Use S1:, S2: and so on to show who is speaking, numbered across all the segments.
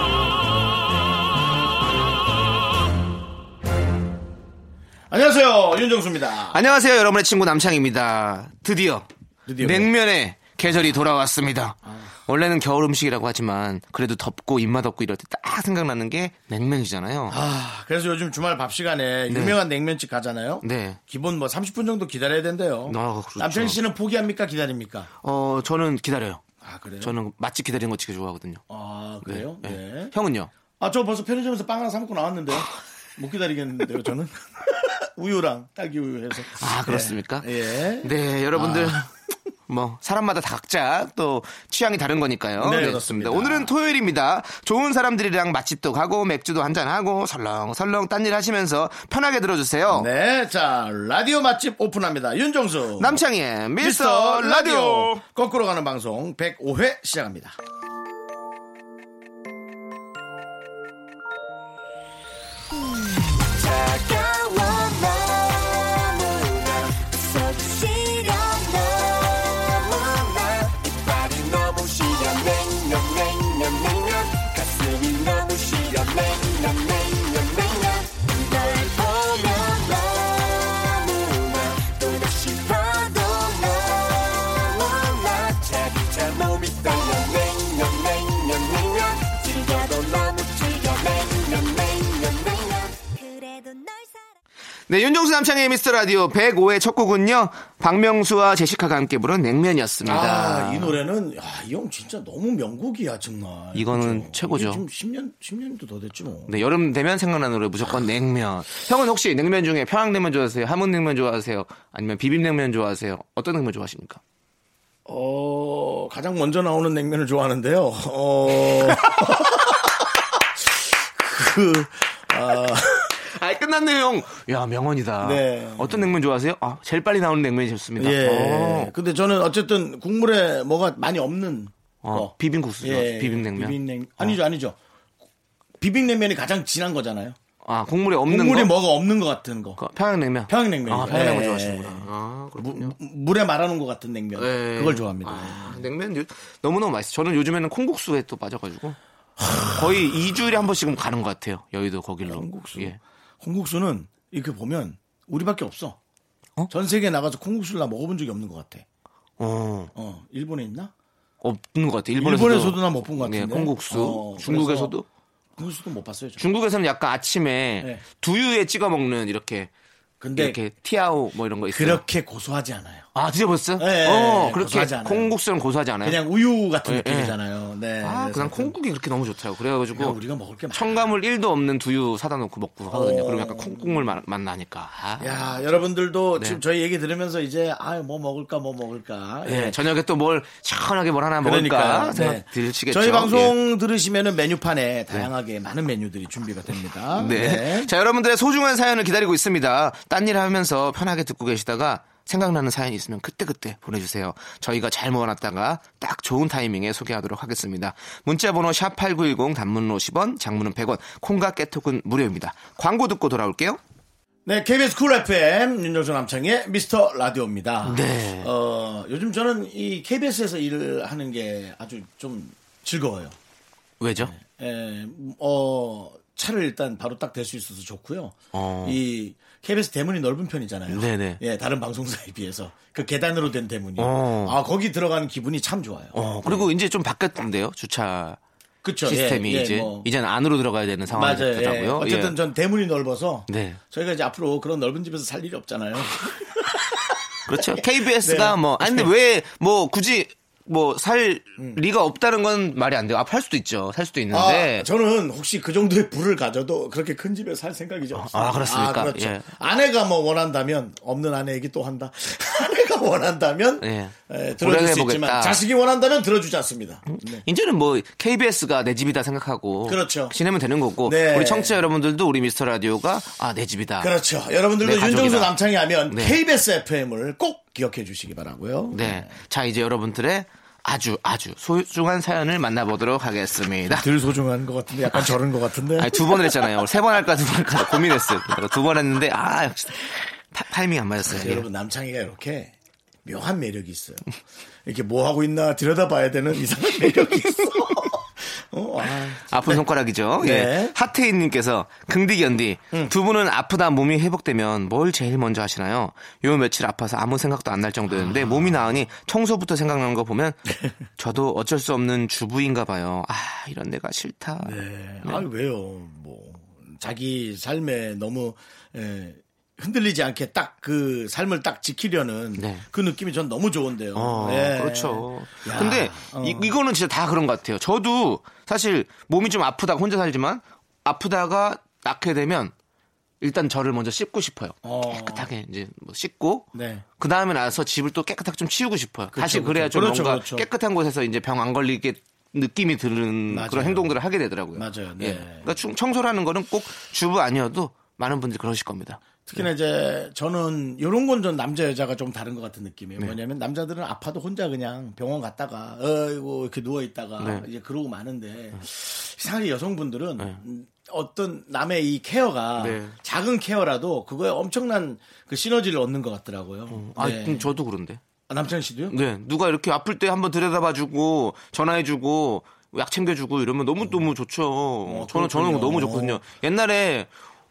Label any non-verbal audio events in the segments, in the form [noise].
S1: 안녕하세요 윤정수입니다.
S2: 안녕하세요, 여러분의 친구 남창입니다. 드디어,
S1: 드디어
S2: 냉면의 계절이 돌아왔습니다. 원래는 겨울 음식이라고 하지만 그래도 덥고 입맛 없고 이럴 때 딱 생각나는 게 냉면이잖아요.
S1: 아, 그래서 요즘 주말 밥 시간에 유명한 냉면집 가잖아요.
S2: 네.
S1: 기본 뭐 30분 정도 기다려야 된대요.
S2: 아, 그렇죠.
S1: 남편 씨는 포기합니까 기다립니까?
S2: 어, 저는 기다려요.
S1: 아 그래요?
S2: 저는 맛집 기다리는 거 되게 좋아하거든요. 예.
S1: 아 그래요? 네.
S2: 형은요?
S1: 아 저 벌써 편의점에서 빵 하나 사 먹고
S2: 아.
S1: 나왔는데요. 못 기다리겠는데요 [laughs] 저는 우유랑 딸기 우유 해서.
S2: 아, 그렇습니까?
S1: 예.
S2: 네, 여러분들. [laughs] 뭐 사람마다 다 각자 또 취향이 다른 거니까요.
S1: 네,
S2: 네,
S1: 그렇습니다.
S2: 오늘은 토요일입니다. 좋은 사람들이랑 맛집도 가고 맥주도 한잔 하고 설렁설렁 딴일 하시면서 편하게 들어주세요.
S1: 네, 자 라디오 맛집 오픈합니다. 윤정수
S2: 남창희의 미스터 라디오.
S1: 거꾸로 가는 방송 105회 시작합니다.
S2: 네, 윤종수 남창희의 미스터 라디오 105의 첫 곡은요. 박명수와 제시카가 함께 부른 냉면이었습니다.
S1: 아, 이 노래는 이 형 진짜 너무 명곡이야 정말.
S2: 이거는 최고죠.
S1: 이게 지금 10년 10년도 더 됐지 뭐.
S2: 네, 여름 되면 생각나는 노래 무조건 냉면. 형은 혹시 냉면 중에 평양냉면 좋아하세요? 함흥냉면 좋아하세요? 아니면 비빔냉면 좋아하세요? 어떤 냉면 좋아하십니까?
S1: 어, 가장 먼저 나오는 냉면을 좋아하는데요.
S2: [laughs]
S1: 어. 그, 아,
S2: 아, 끝났네요, 형. 야, 명언이다.
S1: 네.
S2: 어떤 냉면 좋아하세요? 아, 제일 빨리 나오는 냉면이 좋습니다.
S1: 예.
S2: 어.
S1: 근데 저는 어쨌든 국물에 뭐가 많이 없는.
S2: 어,
S1: 거. 예.
S2: 비빔국수 좋아하세요? 비빔냉면? 어.
S1: 비빔냉- 아니죠, 아니죠. 비빔냉면이 가장 진한 거잖아요.
S2: 아, 국물에 없는
S1: 국물에
S2: 거.
S1: 뭐가 없는 것 같은 거.
S2: 거- 평양냉면.
S1: 평양냉면.
S2: 아, 평양냉면
S1: 예.
S2: 좋아하시는구나. 아, 그렇군요.
S1: 물에 말아놓은 것 같은 냉면.
S2: 예.
S1: 그걸 좋아합니다.
S2: 아, 냉면 요- 너무너무 맛있어요. 저는 요즘에는 콩국수에 또 빠져가지고 거의 2주일에 한 번씩은 가는 것 같아요. 여의도 거길로.
S1: 콩국수.
S2: 예.
S1: 콩국수는 이렇게 보면 우리밖에 없어.
S2: 어?
S1: 전 세계에 나가서 콩국수를 나 먹어본 적이 없는 것 같아.
S2: 어,
S1: 어, 일본에 있나?
S2: 없는 것 같아요. 일본에서도.
S1: 일본에서도 난 못 본 것 같은데.
S2: 예, 콩국수.
S1: 어,
S2: 중국에서도.
S1: 그래서 콩국수도 못 봤어요. 저.
S2: 중국에서는 약간 아침에
S1: 네.
S2: 두유에 찍어 먹는 이렇게
S1: 근데
S2: 이렇게 티아오 뭐 이런 거 있어요.
S1: 그렇게 고소하지 않아요.
S2: 아 드셔보셨어요?
S1: 예,
S2: 어,
S1: 예,
S2: 그렇게
S1: 고소하지 않아요.
S2: 콩국수는 고소하지 않아요.
S1: 그냥 우유 같은
S2: 예,
S1: 느낌이잖아요. 네.
S2: 아,
S1: 그래서
S2: 그냥 콩국이 그렇게 너무 좋더라고. 그래가지고
S1: 그냥 우리가 먹을 게 많아.
S2: 첨가물 1도 없는 두유 사다 놓고 먹고 하거든요.
S1: 어.
S2: 그리고 약간 콩국물 맛, 맛 나니까. 아.
S1: 야, 여러분들도
S2: 네.
S1: 지금 저희 얘기 들으면서 이제 아, 뭐 먹을까, 뭐 먹을까.
S2: 예, 저녁에 또 뭘 시원하게 뭘 하나
S1: 그러니까
S2: 먹을까 생각 들으시겠죠.
S1: 저희
S2: 예.
S1: 방송 들으시면은 메뉴판에 다양하게 많은 메뉴들이 준비가 됩니다.
S2: 네. 자, 여러분들의 소중한 사연을 기다리고 있습니다. 딴 일 하면서 편하게 듣고 계시다가 생각나는 사연이 있으면 그때그때 보내주세요. 저희가 잘 모아놨다가 딱 좋은 타이밍에 소개하도록 하겠습니다. 문자번호 샵8910 단문은 50원, 장문은 100원, 콩과 깨톡은 무료입니다. 광고 듣고 돌아올게요.
S1: 네, KBS 쿨 FM 윤정수 남창의 미스터 라디오입니다.
S2: 네.
S1: 어, 요즘 저는 이 KBS에서 일을 하는 게 아주 좀 즐거워요.
S2: 왜죠?
S1: 에, 어, 차를 일단 바로 딱 댈 수 있어서 좋고요.
S2: 어.
S1: 이 KBS 대문이 넓은 편이잖아요.
S2: 네네.
S1: 예, 다른 방송사에 비해서 그 계단으로 된 대문이.
S2: 어.
S1: 아, 거기 들어가는 기분이 참 좋아요.
S2: 어, 그리고 이제 좀 바뀌었던데요. 주차
S1: 그쵸.
S2: 시스템이
S1: 네. 예, 예,
S2: 이제
S1: 뭐.
S2: 이제는 안으로 들어가야 되는 상황이
S1: 맞아요. 예.
S2: 됐더라고요.
S1: 어쨌든 전 대문이 넓어서
S2: 네.
S1: 저희가 이제 앞으로 그런 넓은 집에서 살 일이
S2: [laughs]
S1: 없잖아요.
S2: 그렇죠. KBS가
S1: 네. 음.
S2: 뭐, 아니, 근데 왜, 뭐, 굳이, 뭐, 살, 리가 없다는 건 말이 안 돼요. 아, 팔 수도 있죠. 살 수도 있는데.
S1: 아, 저는 혹시 그 정도의 부를 가져도 그렇게 큰 집에 살 생각이 좀 없어요.
S2: 아, 그렇습니까?
S1: 그렇죠.
S2: 예.
S1: 아내가 뭐 원한다면 [laughs] 없는 아내 얘기 또 한다. 아내가 원한다면
S2: 예.
S1: 에, 들어줄 수
S2: 고려해보겠다.
S1: 있지만 자식이 원한다면 들어주지 않습니다. 네.
S2: 이제는 뭐 KBS가 내 집이다 생각하고
S1: 그렇죠.
S2: 지내면 되는 거고
S1: 네.
S2: 우리 청취자 여러분들도 우리 미스터 라디오가 아 내 집이다.
S1: 그렇죠. 여러분들도
S2: 내 네, 가족이다.
S1: 윤정수 남창이 하면
S2: 네.
S1: KBS FM을 꼭 기억해 주시기 바라고요.
S2: 네. 자 이제 여러분들의 아주 아주 소중한 사연을 만나보도록 하겠습니다.
S1: 덜 소중한 것 같은데 약간 저런 것 같은데.
S2: 아니 두 번을 했잖아요. 세 번 할까 두 번 할까 고민했어요. 두 번 했는데 아 역시 타, 타이밍 안 맞았어요. 예.
S1: 여러분 남창이가 이렇게 묘한 매력이 있어요. 이렇게 뭐 하고 있나 들여다봐야 되는 이상한 매력이 있어. [laughs] 어, 아,
S2: 아픈 손가락이죠.
S1: 네. 음.
S2: 예. 하태인님께서 긍디 견디 두 분은 아프다 몸이 회복되면 뭘 제일 먼저 하시나요? 요 며칠 아파서 아무 생각도 안 날
S1: 아.
S2: 정도였는데 몸이 나으니 청소부터 생각나는
S1: [laughs]
S2: 거 보면 저도 어쩔 수 없는 주부인가 봐요. 아 이런 내가 싫다.
S1: 네. 아 왜요? 뭐 자기 삶에 너무 에, 흔들리지 않게 딱 그 삶을 딱 지키려는
S2: 네.
S1: 그 느낌이 전 너무 좋은데요.
S2: 어,
S1: 예.
S2: 그렇죠.
S1: 야, 어.
S2: 근데 이, 이거는 진짜 다 그런 것 같아요. 저도 사실 몸이 좀 아프다가 혼자 살지만 아프다가 낳게 되면 일단 저를 먼저 씻고 싶어요.
S1: 어.
S2: 깨끗하게 이제 뭐 씻고
S1: 네.
S2: 그 다음에 나서 집을 또 깨끗하게 좀 치우고 싶어요. 다시
S1: 그렇죠.
S2: 그래야 좀
S1: 그렇죠,
S2: 뭔가
S1: 그렇죠.
S2: 깨끗한 곳에서 이제 병 안 걸리게 느낌이 드는
S1: 맞아요.
S2: 그런 행동들을 하게 되더라고요.
S1: 맞아요. 네.
S2: 예. 그러니까 충- 청소라는 거는 꼭 주부 아니어도 많은 분들이 그러실 겁니다.
S1: 특히나
S2: 네.
S1: 이제 저는 이런 건 전 남자 여자가 좀 다른 것 같은 느낌이에요.
S2: 네.
S1: 뭐냐면 남자들은 아파도 혼자 그냥 병원 갔다가 어이고 이렇게 누워 있다가
S2: 네.
S1: 이제 그러고 마는데 이상하게 여성분들은 음, 어떤 남의 이 케어가
S2: 네.
S1: 작은 케어라도 그거에 엄청난 그 시너지를 얻는 것 같더라고요.
S2: 아,
S1: 네.
S2: 그럼 저도 그런데.
S1: 아, 남창희 씨도요?
S2: 네, 누가 이렇게 아플 때 한번 들여다봐주고 전화해주고 약 챙겨주고 이러면 너무 너무 좋죠. 저는 저는
S1: 어, 그렇군요.
S2: 너무 좋거든요. 옛날에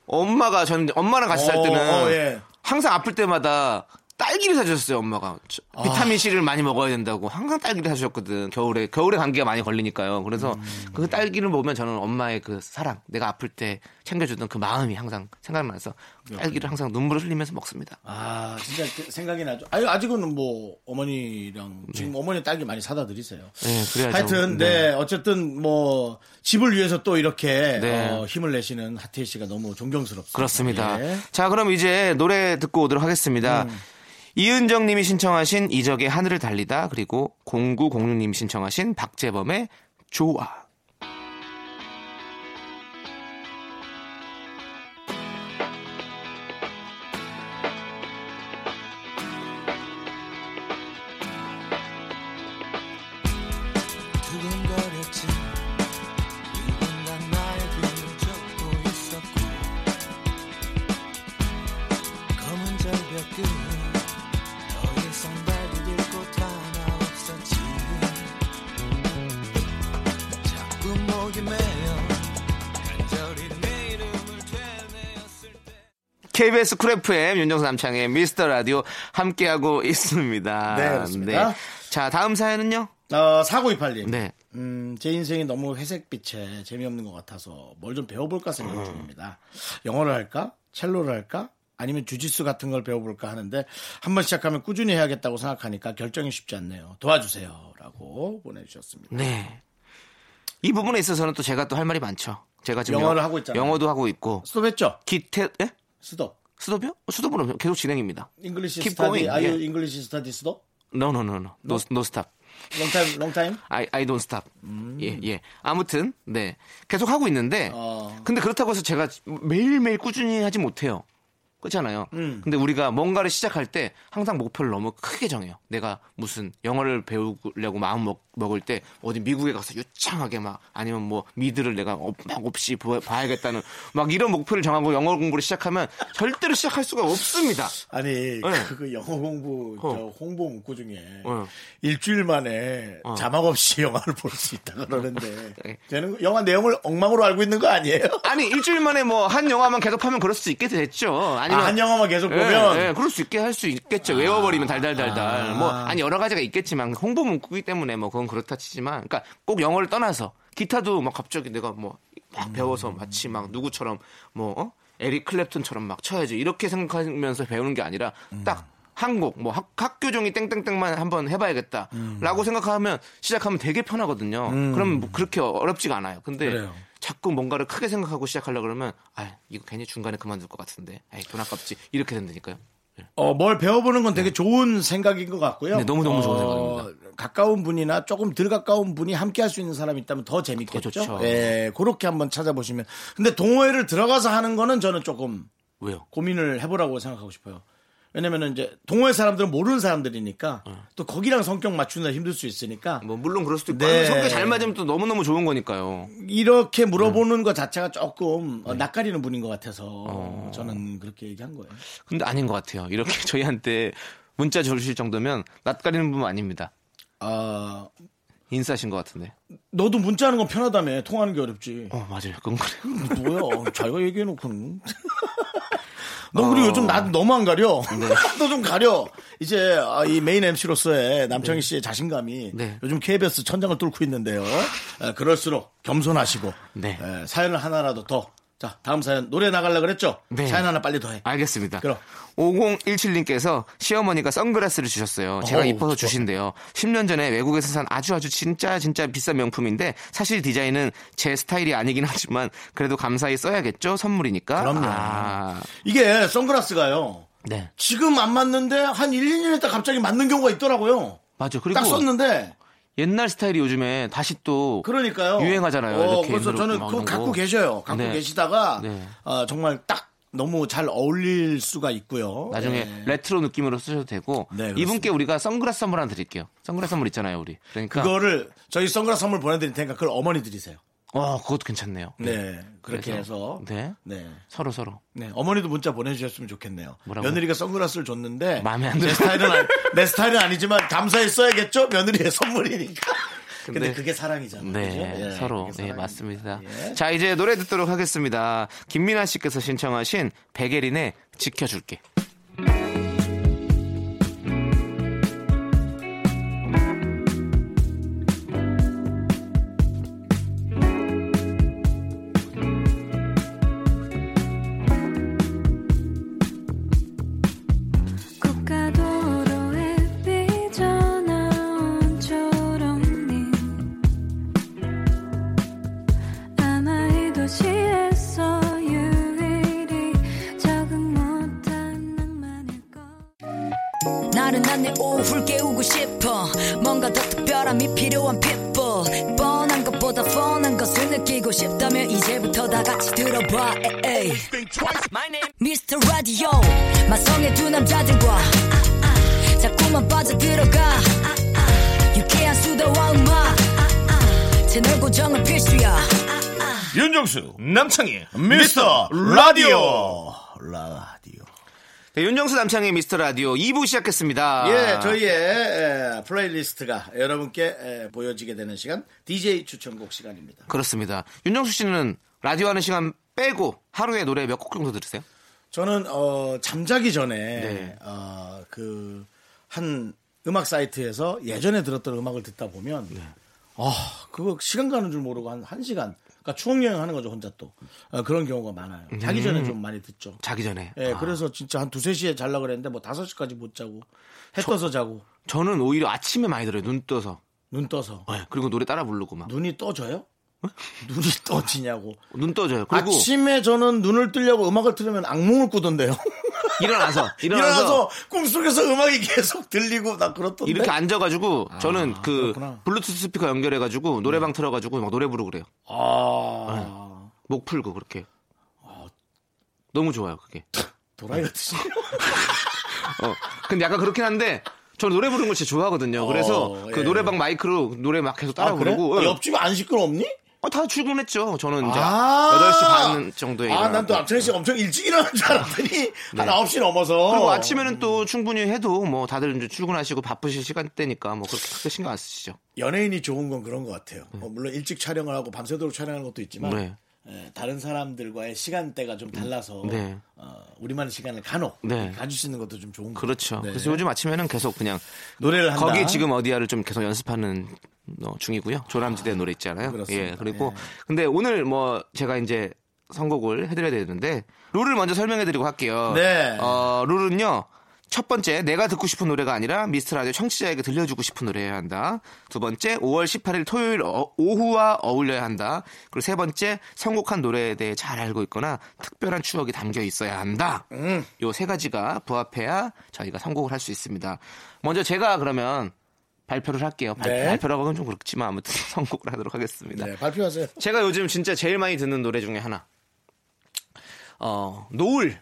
S2: 엄마가 저는 엄마랑 같이 살
S1: 어,
S2: 때는
S1: 어, 예.
S2: 항상 아플 때마다 딸기를 사주셨어요 엄마가 저-
S1: 아.
S2: 비타민 C를 많이 먹어야 된다고 항상 딸기를 사주셨거든 겨울에 겨울에 감기가 많이 걸리니까요 그래서
S1: 음.
S2: 그 딸기를 보면 저는 엄마의 그 사랑 내가 아플 때 챙겨주던 그 마음이 항상 생각나서 딸기를 항상 눈물을 흘리면서 먹습니다
S1: 아 진짜 그 생각이 나죠. 아유 아직은 뭐 어머니랑 지금 어머니 딸기 많이 사다 드리세요.
S2: 네, 그래야죠.
S1: 하여튼 네. 어쨌든 뭐 집을 위해서 또 이렇게
S2: 네.
S1: 어, 힘을 내시는 하태희 씨가 너무 존경스럽습니다.
S2: 그렇습니다.
S1: 예. 음.
S2: 자, 그럼 이제 노래 듣고 오도록 하겠습니다. 이은정 님이 신청하신 이적의 하늘을 달리다 그리고 0906 님이 신청하신 박재범의 좋아.
S3: 두근거렸지 누군가 나의 비적도 있었고 검은 절벽 끝더 이상 발디딜 곳 하나 없었지 자꾸 목이 메여 간절히 내 이름을 되뇌었을 때
S2: KBS 쿨 FM 윤정수 남창의 미스터 라디오 함께하고 있습니다.
S1: [laughs] 네, 그렇습니다.
S2: 자, 다음 사연은요?
S1: 어, 4928님.
S2: 네.
S1: 음, 제 인생이 너무 회색빛에 재미없는 것 같아서 뭘 좀 배워볼까 생각
S2: 음.
S1: 중입니다. 영어를 할까? 첼로를 할까? 아니면 주짓수 같은 걸 배워볼까 하는데 한번 시작하면 꾸준히 해야겠다고 생각하니까 결정이 쉽지 않네요. 도와주세요. 라고 보내주셨습니다.
S2: 네. 이 부분에 있어서는 또 제가 또 할 말이 많죠. 제가 지금
S1: 영어를
S2: 영-
S1: 하고 있잖아요.
S2: 영어도 하고 있고
S1: 스톱했죠?
S2: 기태 예?
S1: 스톱.
S2: 수도비요? 수도부는 계속 진행입니다.
S1: 잉글리시
S2: Keep
S1: 스타디.
S2: going,
S1: 아유
S2: 예.
S1: 잉글리시 스타디 스톱?
S2: No no no no. No, no stop.
S1: 롱타임 롱타임?
S2: I, I don't stop.
S1: 음.
S2: 예, 예. 아무튼, 네. 계속 하고 있는데,
S1: 어.
S2: 근데 그렇다고 해서 제가 매일매일 꾸준히 하지 못해요. 그렇잖아요.
S1: 음.
S2: 근데 우리가 뭔가를 시작할 때 항상 목표를 너무 크게 정해요. 내가 무슨 영어를 배우려고 마음 먹, 먹을 때 어디 미국에 가서 유창하게 막 아니면 뭐 미드를 내가 어- 막 없이 보- 봐야겠다는 막 이런 목표를 정하고 영어 공부를 시작하면 절대로 시작할 수가 없습니다.
S1: 아니 그거 영어 공부 저
S2: 예. 어.
S1: 홍보 문구 중에
S2: 어.
S1: 일주일 만에 자막 없이 [laughs] 영화를 볼 수 있다
S2: [laughs]
S1: 그러는데
S2: 네.
S1: 되는 거- 영화 내용을 엉망으로 알고 있는 거 아니에요?
S2: 아니, 일주일 만에 뭐 한 영화만 계속하면 그럴 수 있겠죠. 아니면
S1: 아, 한 영화만 계속
S2: 예,
S1: 보면
S2: 예, 그럴 수 있게 할 수
S1: 아.
S2: 있겠죠. 외워버리면 달달달달. 뭐 아니 여러 가지가 있겠지만 홍보 문구기 때문에 뭐 그건 그렇다 치지만, 그러니까 꼭 영어를 떠나서 기타도 막 갑자기 내가 뭐
S1: 음.
S2: 막 배워서 마치 막 누구처럼 뭐 어? 에릭 클랩턴처럼 막 쳐야지 이렇게 생각하면서 배우는 게 아니라
S1: 음.
S2: 딱. 한곡 뭐 학, 학교 종이 땡땡땡만 한번 해봐야겠다라고
S1: 음.
S2: 생각하면 시작하면 되게 편하거든요. 그럼 뭐 그렇게 어렵지가 않아요. 근데
S1: 그래요.
S2: 자꾸 뭔가를 크게 생각하고 시작하려 그러면 아 이거 괜히 중간에 그만둘 것 같은데 아이 돈 아깝지 이렇게 된다니까요.
S1: 어, 뭘 배워보는 건 되게 좋은 생각인 것 같고요.
S2: 예.
S1: 어,
S2: 네, 너무너무 좋은 생각입니다.
S1: 가까운 분이나 조금 덜 가까운 분이 함께 할 수 있는 사람이 있다면 더 재밌겠죠.
S2: 더 좋죠.
S1: 예, 그렇게 한번 찾아보시면. 근데 동호회를 들어가서 하는 거는 저는 조금
S2: 왜요?
S1: 고민을 해보라고 생각하고 싶어요. 왜냐면은 이제 동호회 사람들은 모르는 사람들이니까 또 거기랑 성격 맞추느라 힘들 수 있으니까
S2: 뭐 물론 그럴 수도 있고
S1: 네.
S2: 아니, 성격 잘 맞으면 또 너무 너무 좋은 거니까요.
S1: 이렇게 물어보는 것 자체가 조금 어, 낯가리는 분인 것 같아서 저는 그렇게 얘기한 거예요.
S2: 근데 아닌 것 같아요. 이렇게 [laughs] 저희한테 문자 주실 정도면 낯가리는 분 아닙니다.
S1: 아
S2: 인싸신 것 같은데.
S1: 너도 문자하는 건 편하다며 통하는 게 어렵지.
S2: 어 맞아요. 그건 그래요.
S1: 뭐야? 자기가 [laughs] 얘기해놓고는. 아. 너 그리고 요즘 나 너무 안 가려. [laughs] 너 좀 가려. 이제 아, 이 메인 MC로서의 남창희 씨의 자신감이
S2: 네.
S1: 요즘 KBS 천장을 뚫고 있는데요. 에, 그럴수록 겸손하시고
S2: 네.
S1: 에, 사연을 하나라도 더. 자 다음 사연 노래 나가려 그랬죠?
S2: 네.
S1: 사연 하나 빨리 더 해.
S2: 알겠습니다.
S1: 그럼.
S2: 5017님께서 시어머니가 선글라스를 주셨어요. 제가
S1: 어우,
S2: 이뻐서
S1: 좋아.
S2: 주신대요. 10년 전에 외국에서 산 아주 아주 진짜 진짜 비싼 명품인데 사실 디자인은 제 스타일이 아니긴 하지만 그래도 감사히 써야겠죠. 선물이니까.
S1: 그럼요.
S2: 아,
S1: 이게 선글라스가요.
S2: 네.
S1: 지금 안 맞는데 한 1, 2년 있다 갑자기 맞는 경우가 있더라고요.
S2: 맞아. 그리고
S1: 딱 썼는데
S2: 옛날 스타일이 요즘에 다시 또
S1: 그러니까요.
S2: 유행하잖아요.
S1: 어,
S2: 이렇게
S1: 그래서
S2: 흔들고
S1: 저는
S2: 막
S1: 그거
S2: 이런
S1: 갖고
S2: 거.
S1: 계셔요. 갖고
S2: 네.
S1: 계시다가
S2: 네.
S1: 어, 정말 딱 너무 잘 어울릴 수가 있고요.
S2: 나중에
S1: 네.
S2: 레트로 느낌으로 쓰셔도 되고
S1: 네, 그렇습니다.
S2: 이분께 우리가 선글라스 선물 하나 드릴게요. 선글라스 선물 있잖아요, 우리. 그러니까
S1: 그거를 저희 선글라스 선물 보내드릴 테니까 그걸 어머니 드리세요.
S2: 어, 그것도 괜찮네요.
S1: 네, 그렇게
S2: 그래서,
S1: 해서
S2: 네.
S1: 네.
S2: 서로 서로.
S1: 네, 어머니도 문자 보내주셨으면 좋겠네요.
S2: 뭐라고?
S1: 며느리가 선글라스를 줬는데
S2: 마음에 안
S1: 제
S2: 들어요.
S1: 스타일은
S2: [laughs]
S1: 아니, 내 스타일은 아니지만 감사히 써야겠죠. 며느리의 선물이니까. 근데,
S2: [laughs] 근데
S1: 그게 사랑이잖아요.
S2: 네,
S1: 그죠? 예,
S2: 서로.
S1: 그게
S2: 네,
S1: 사랑입니다.
S2: 맞습니다.
S1: 예.
S2: 자, 이제 노래 듣도록 하겠습니다. 김민아 씨께서 신청하신 백예린의 지켜줄게.
S4: 고가도로에 삐져나온 초롱님 아마 이 도시에서 유일히 적응 못한 낭만일걸
S5: 나른한 내 오후를 깨우고 싶어 뭔가 더 특별함이 필요한 people 뻔한 것보다 뻔한 것을 느끼고 싶다면 이제부터 다 같이 들어봐 에이. Mr. Radio 마성의 두 남자들과 자꾸만 빠져들어가 유쾌한 수다와 음악 채널 고정은 필수야
S6: 윤정수 남창희
S1: 미스터 라디오 라디오.
S2: 네, 윤정수 남창의 미스터 라디오 2부 시작했습니다.
S1: 예, 저희의 에, 플레이리스트가 여러분께 에, 보여지게 되는 시간 DJ 추천곡 시간입니다.
S2: 그렇습니다. 윤정수 씨는 라디오 하는 시간 빼고 하루에 노래 몇 곡 정도 들으세요?
S1: 저는 어, 잠자기 전에
S2: 네.
S1: 어, 그한 음악 사이트에서 예전에 들었던 음악을 듣다 보면
S2: 네.
S1: 아 그거 시간 가는 줄 모르고 한 한 시간 그러니까 추억 여행하는 거죠 혼자 또 어, 그런 경우가 많아요. 자기 전에 좀 많이 듣죠.
S2: 자기 전에.
S1: 예,
S2: 음. 아.
S1: 그래서 진짜 한 두세 시에 잘라 그랬는데 뭐 다섯 시까지 못 자고 해 떠서 자고
S2: 저는 오히려 아침에 많이 들어요. 눈 떠서.
S1: 눈 떠서
S2: 네, 그리고 노래 따라 부르고 막.
S1: 눈이 떠져요?
S2: 어?
S1: 눈이 [laughs] 떠지냐고.
S2: 눈 떠져요. 그리고
S1: 아침에 저는 눈을 뜨려고 음악을 틀으면 악몽을 꾸던데요.
S2: [laughs]
S1: [laughs]
S2: 일어나서 일어나서
S1: 일어나서 꿈속에서 음악이 계속 들리고 나 그렇던데.
S2: 이렇게 앉아가지고 저는 그
S1: 그렇구나. 네.
S2: 블루투스 스피커 연결해가지고 노래방 틀어가지고 막 노래 부르고 그래요.
S1: 아
S2: 목 풀고 그렇게.
S1: 어.
S2: 너무 좋아요 그게.
S1: 도라이 같으시.
S2: 아, 어. 근데 약간 그렇긴 한데 저는 노래 부르는 걸 진짜 좋아하거든요. 그래서
S1: 어,
S2: 그
S1: 예.
S2: 노래방 마이크로 노래 막 계속 따라
S1: 아 그래?
S2: 부르고.
S1: 아,
S2: 예.
S1: 옆집 안 시끄럽니?
S2: 어, 다 출근했죠. 저는 이제
S1: 아.
S2: 8시 반 정도에 네, 일어나고.
S1: 아난또 남창희 씨 엄청 일찍 일어난 줄 알았더니 한 9시 넘어서.
S2: 네. 그리고 아침에는 또 충분히 해도 뭐 다들 이제 출근하시고 바쁘실 시간대니까 뭐 그렇게 크게 신경 안 쓰시죠.
S1: 연예인이 좋은 건 그런 것 같아요. 어, 물론 일찍 촬영을 하고 밤새도록 촬영하는 것도 있지만
S2: 음. 네.
S1: 예, 다른 사람들과의 시간대가 좀 달라서
S2: 네.
S1: 어, 우리만의 시간을 간혹
S2: 네.
S1: 가질 수 있는 것도 좀 좋은 것
S2: 그렇죠.
S1: 같아요. 네.
S2: 그래서 요즘 아침에는 계속 그냥
S1: 노래를 한다.
S2: 거기 지금 어디야를 좀 계속 연습하는 어, 중이고요. 조남지대 노래 있잖아요.
S1: 그렇습니다.
S2: 예. 그리고
S1: 예.
S2: 근데 오늘 뭐 제가 이제 선곡을 해드려야 되는데 룰을 먼저 설명해드리고 할게요.
S1: 네.
S2: 어, 룰은요. 첫 번째, 내가 듣고 싶은 노래가 아니라 미스터 라디오 청취자에게 들려주고 싶은 노래여야 한다. 두 번째, 5월 18일 토요일 어- 오후와 어울려야 한다. 그리고 세 번째, 선곡한 노래에 대해 잘 알고 있거나 특별한 추억이 담겨 있어야 한다.
S1: 음.
S2: 요 세 가지가 부합해야 저희가 선곡을 할 수 있습니다. 먼저 제가 그러면 발표를 할게요. 발,
S1: 네.
S2: 발표라고 하면 좀 그렇지만 아무튼 [laughs] 선곡을 하도록 하겠습니다.
S1: 네, 발표하세요.
S2: 제가 요즘 진짜 제일 많이 듣는 노래 중에 하나. 어, 노을.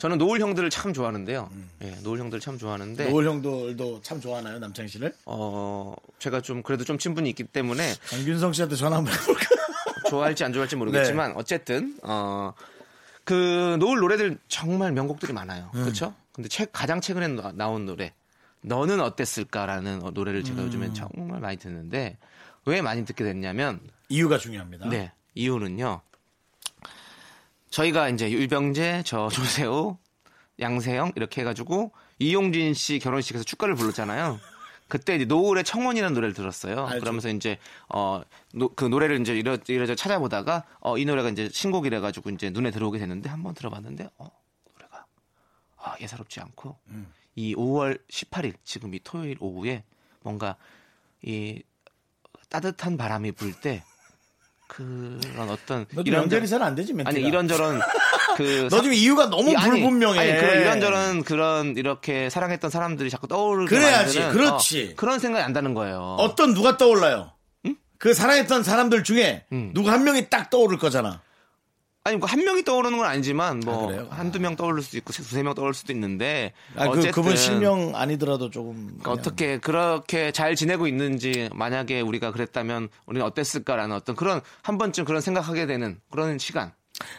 S2: 저는 노을 형들을 참 좋아하는데요. 예, 노을 형들을 참 좋아하는데
S1: 음. 노을 형들도 참 좋아하나요, 남창희 씨를?
S2: 어, 제가 좀 그래도 좀 친분이 있기 때문에
S1: 강균성 씨한테 전화 한번 해볼까? [laughs]
S2: 좋아할지 안 좋아할지
S1: 네.
S2: 모르겠지만 어쨌든 어, 그 노을 노래들 정말 명곡들이 많아요.
S1: 음.
S2: 그렇죠? 근데 최, 가장 최근에 나- 나온 노래 너는 어땠을까라는 어, 노래를 제가
S1: 음.
S2: 요즘엔 정말 많이 듣는데 왜 많이 듣게 됐냐면
S1: 이유가 중요합니다.
S2: 네. 이유는요. 저희가 이제 율병재, 저 조세호, 양세형 이렇게 해가지고 이용진 씨 결혼식에서 축가를 불렀잖아요. 그때 이제 노을의 청혼이라는 노래를 들었어요.
S1: 알죠.
S2: 그러면서 이제 어그 노래를 이제 이러 이러저 찾아보다가 어 이 노래가 이제 신곡이라 가지고 이제 눈에 들어오게 됐는데 한번 들어봤는데 어 노래가 아 예사롭지 않고
S1: 음.
S2: 이 5월 18일 지금 이 토요일 오후에 뭔가 이 따뜻한 바람이 불 때 그런 어떤
S1: 너도 연결이 잘 안 되지, 멘트가.
S2: 아니 이런저런 그
S1: [laughs] 너 지금 이유가 너무
S2: 이- 아니,
S1: 불분명해.
S2: 아니, 그런 이런저런 그런 이렇게 사랑했던 사람들이 자꾸 떠오르게
S1: 그래야지,
S2: 만드는,
S1: 그렇지.
S2: 어, 그런 생각이 안다는 거예요.
S1: 어떤 누가 떠올라요? 그 사랑했던 사람들 중에
S2: 음.
S1: 누구 한 명이 딱 떠오를 거잖아.
S2: 아니 뭐한 명이 떠오르는 건 아니지만
S1: 아,
S2: 뭐
S1: 그래요?
S2: 한두 명 떠오를 수도 있고 두세 명 떠오를 수도 있는데
S1: 아, 그,
S2: 어쨌든
S1: 그분 실명 아니더라도 조금.
S2: 그러니까
S1: 그냥
S2: 어떻게 그렇게 잘 지내고 있는지 만약에 우리가 그랬다면 우리는 어땠을까라는 어떤 그런 한 번쯤 그런 생각하게 되는 그런 시간.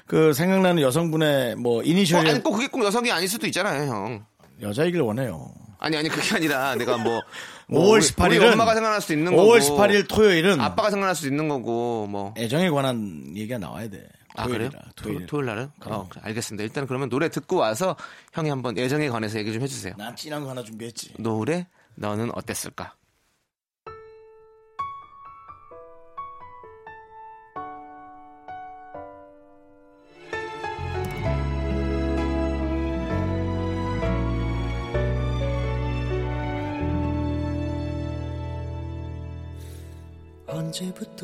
S1: 그 생각나는 여성분의 뭐
S2: 어,
S1: 이니셜이
S2: 아니 꼭 그게 꼭 여성이 아닐 수도 있잖아요, 형.
S1: 여자이길 원해요.
S2: 아니 아니 그게 아니라 내가 뭐, 뭐
S1: 5월
S2: 우리-
S1: 18일은
S2: 우리 엄마가 생각날 수도 있는
S1: 5월
S2: 거고
S1: 18일 토요일은
S2: 아빠가 생각날 수도 있는 거고 뭐.
S1: 애정에 관한 얘기가 나와야 돼.
S2: 아 그래요?
S1: 예, 토요일이라,
S2: 토요일,
S1: 토요일. 음.
S2: 토요일 날은? 어, 그래, 알겠습니다. 일단 그러면 노래 듣고 와서 형이 한번 예정에 관해서 얘기 좀 해주세요.
S1: 난 진한 거 하나 준비했지.
S2: 노래 너는 어땠을까?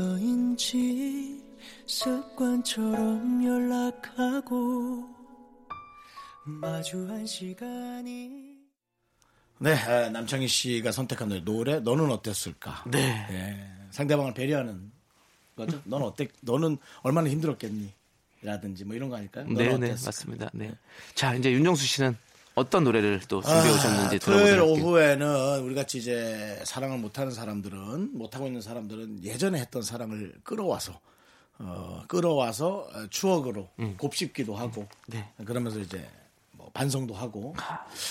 S3: 언제부터인지 습관처럼 연락하고 마주한 시간이
S1: 네, 아, 남창희 씨가 선택한 노래, 노래 너는 어땠을까?
S2: 네.
S1: 예, 상대방을 배려하는 거죠. 넌 어때? 너는 얼마나 힘들었겠니? 라든지 뭐 이런 거 아닐까요? 너는
S2: 네네
S1: 어땠을까?
S2: 맞습니다. 네. 자 이제 윤정수 씨는 어떤 노래를 또
S1: 아,
S2: 준비해 오셨는지
S1: 토요일
S2: 들어보도록 할게요.
S1: 오후에는 우리 같이 이제 사랑을 못하는 사람들은 못하고 있는 사람들은 예전에 했던 사랑을 끌어와서 어, 끌어와서 추억으로 곱씹기도 하고
S2: 음. 네. 아.
S1: 그러면서 이제 뭐 반성도 하고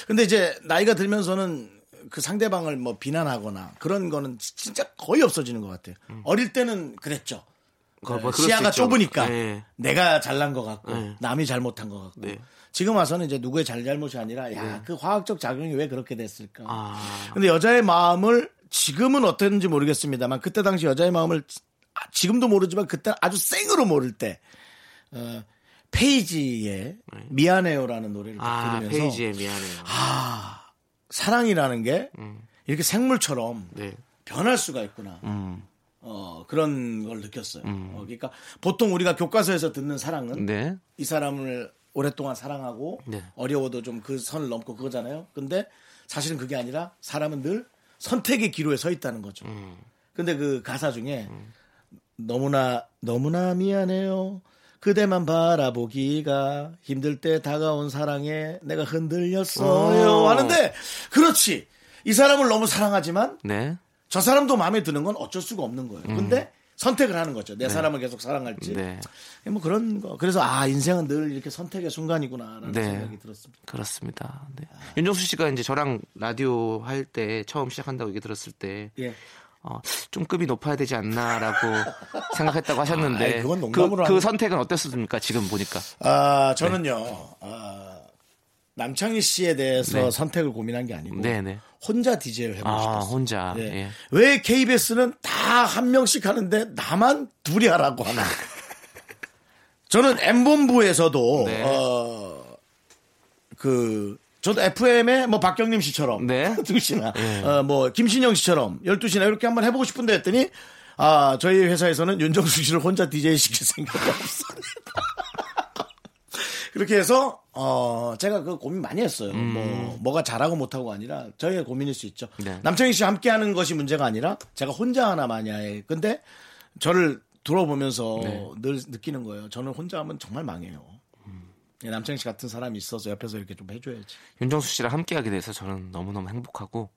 S1: 근데 이제 나이가 들면서는 그 상대방을 뭐 비난하거나 그런 거는 지- 진짜 거의 없어지는 것 같아요. 어릴 때는 그랬죠.
S2: 음.
S1: 네,
S2: 그거 뭐 그럴 수
S1: 시야가
S2: 있죠.
S1: 좁으니까
S2: 네.
S1: 내가 잘난 것 같고
S2: 네.
S1: 남이 잘못한 것 같고
S2: 네.
S1: 지금 와서는 이제 누구의 잘잘못이 아니라 야 그 화학적 작용이 왜 그렇게 됐을까
S2: 아.
S1: 근데 여자의 마음을 지금은 어땠는지 모르겠습니다만 그때 당시 여자의 마음을 지- 아, 지금도 모르지만 그때 아주 생으로 모를 때 어, 페이지의 미안해요라는 노래를
S2: 네. 아
S1: 들으면서 아.
S2: 페이지에 미안해요.
S1: 사랑이라는 게
S2: 음.
S1: 이렇게 생물처럼
S2: 네.
S1: 변할 수가 있구나.
S2: 음.
S1: 어, 그런 걸 느꼈어요. 어, 그러니까 보통 우리가 교과서에서 듣는 사랑은
S2: 네.
S1: 이 사람을 오랫동안 사랑하고
S2: 네.
S1: 어려워도 좀 그 선을 넘고 그거잖아요. 근데 사실은 그게 아니라 사람은 늘 선택의 기로에 서 있다는 거죠.
S2: 음.
S1: 근데 그 가사 중에 너무나 너무나 미안해요. 그대만 바라보기가 힘들 때 다가온 사랑에 내가 흔들렸어요.
S2: 오.
S1: 하는데 그렇지. 이 사람을 너무 사랑하지만
S2: 네.
S1: 저 사람도 마음에 드는 건 어쩔 수가 없는 거예요. 근데 선택을 하는 거죠. 내 사람을 계속 사랑할지.
S2: 음. 네.
S1: 뭐 그런 거. 그래서 아, 인생은 늘 이렇게 선택의 순간이구나라는
S2: 네.
S1: 생각이 들었습니다.
S2: 그렇습니다. 네. 윤정수 씨가 이제 저랑 라디오 할 때 처음 시작한다고 얘기 들었을 때
S1: 예.
S2: 어, 좀 급이 높아야 되지 않나라고
S1: [laughs]
S2: 생각했다고 하셨는데
S1: 아이, 그건 농담으로
S2: 그, 그
S1: 하는-
S2: 선택은 어땠습니까? 지금 보니까 네.
S1: 아, 저는요. 아, 남창희 씨에 대해서
S2: 네.
S1: 선택을 고민한 게 아니고
S2: 네, 네.
S1: 혼자 DJ를 해보고
S2: 아,
S1: 싶었어요.
S2: 혼자,
S1: 예.
S2: 예.
S1: 왜 KBS는 다 한 명씩 하는데 나만 둘이 하라고
S2: [laughs]
S1: 하나. 저는 M본부에서도
S2: 네.
S1: 어, 그 저도 FM에 뭐 박경림 씨처럼 [laughs]
S2: 네.
S1: 2시나 뭐 김신영 씨처럼 12시나 이렇게 한번 해보고 싶은데 했더니 아 저희 회사에서는 윤정수 씨를 혼자 DJ 시킬 생각이 없습니다. 그렇게 해서 어 제가 그 고민 많이 했어요. 뭐 뭐가 잘하고 못하고 아니라 저희의 고민일 수 있죠.
S2: 네.
S1: 남창희 씨와 함께하는 것이 문제가 아니라 제가 혼자 하나 마냐에 근데 저를 들어보면서 늘 느끼는 거예요. 저는 혼자 하면 정말 망해요. 예, 남창희 씨 같은 사람이 있어서 옆에서 이렇게 좀 해줘야지.
S2: 윤정수 씨랑 함께하게 돼서 저는 너무너무 행복하고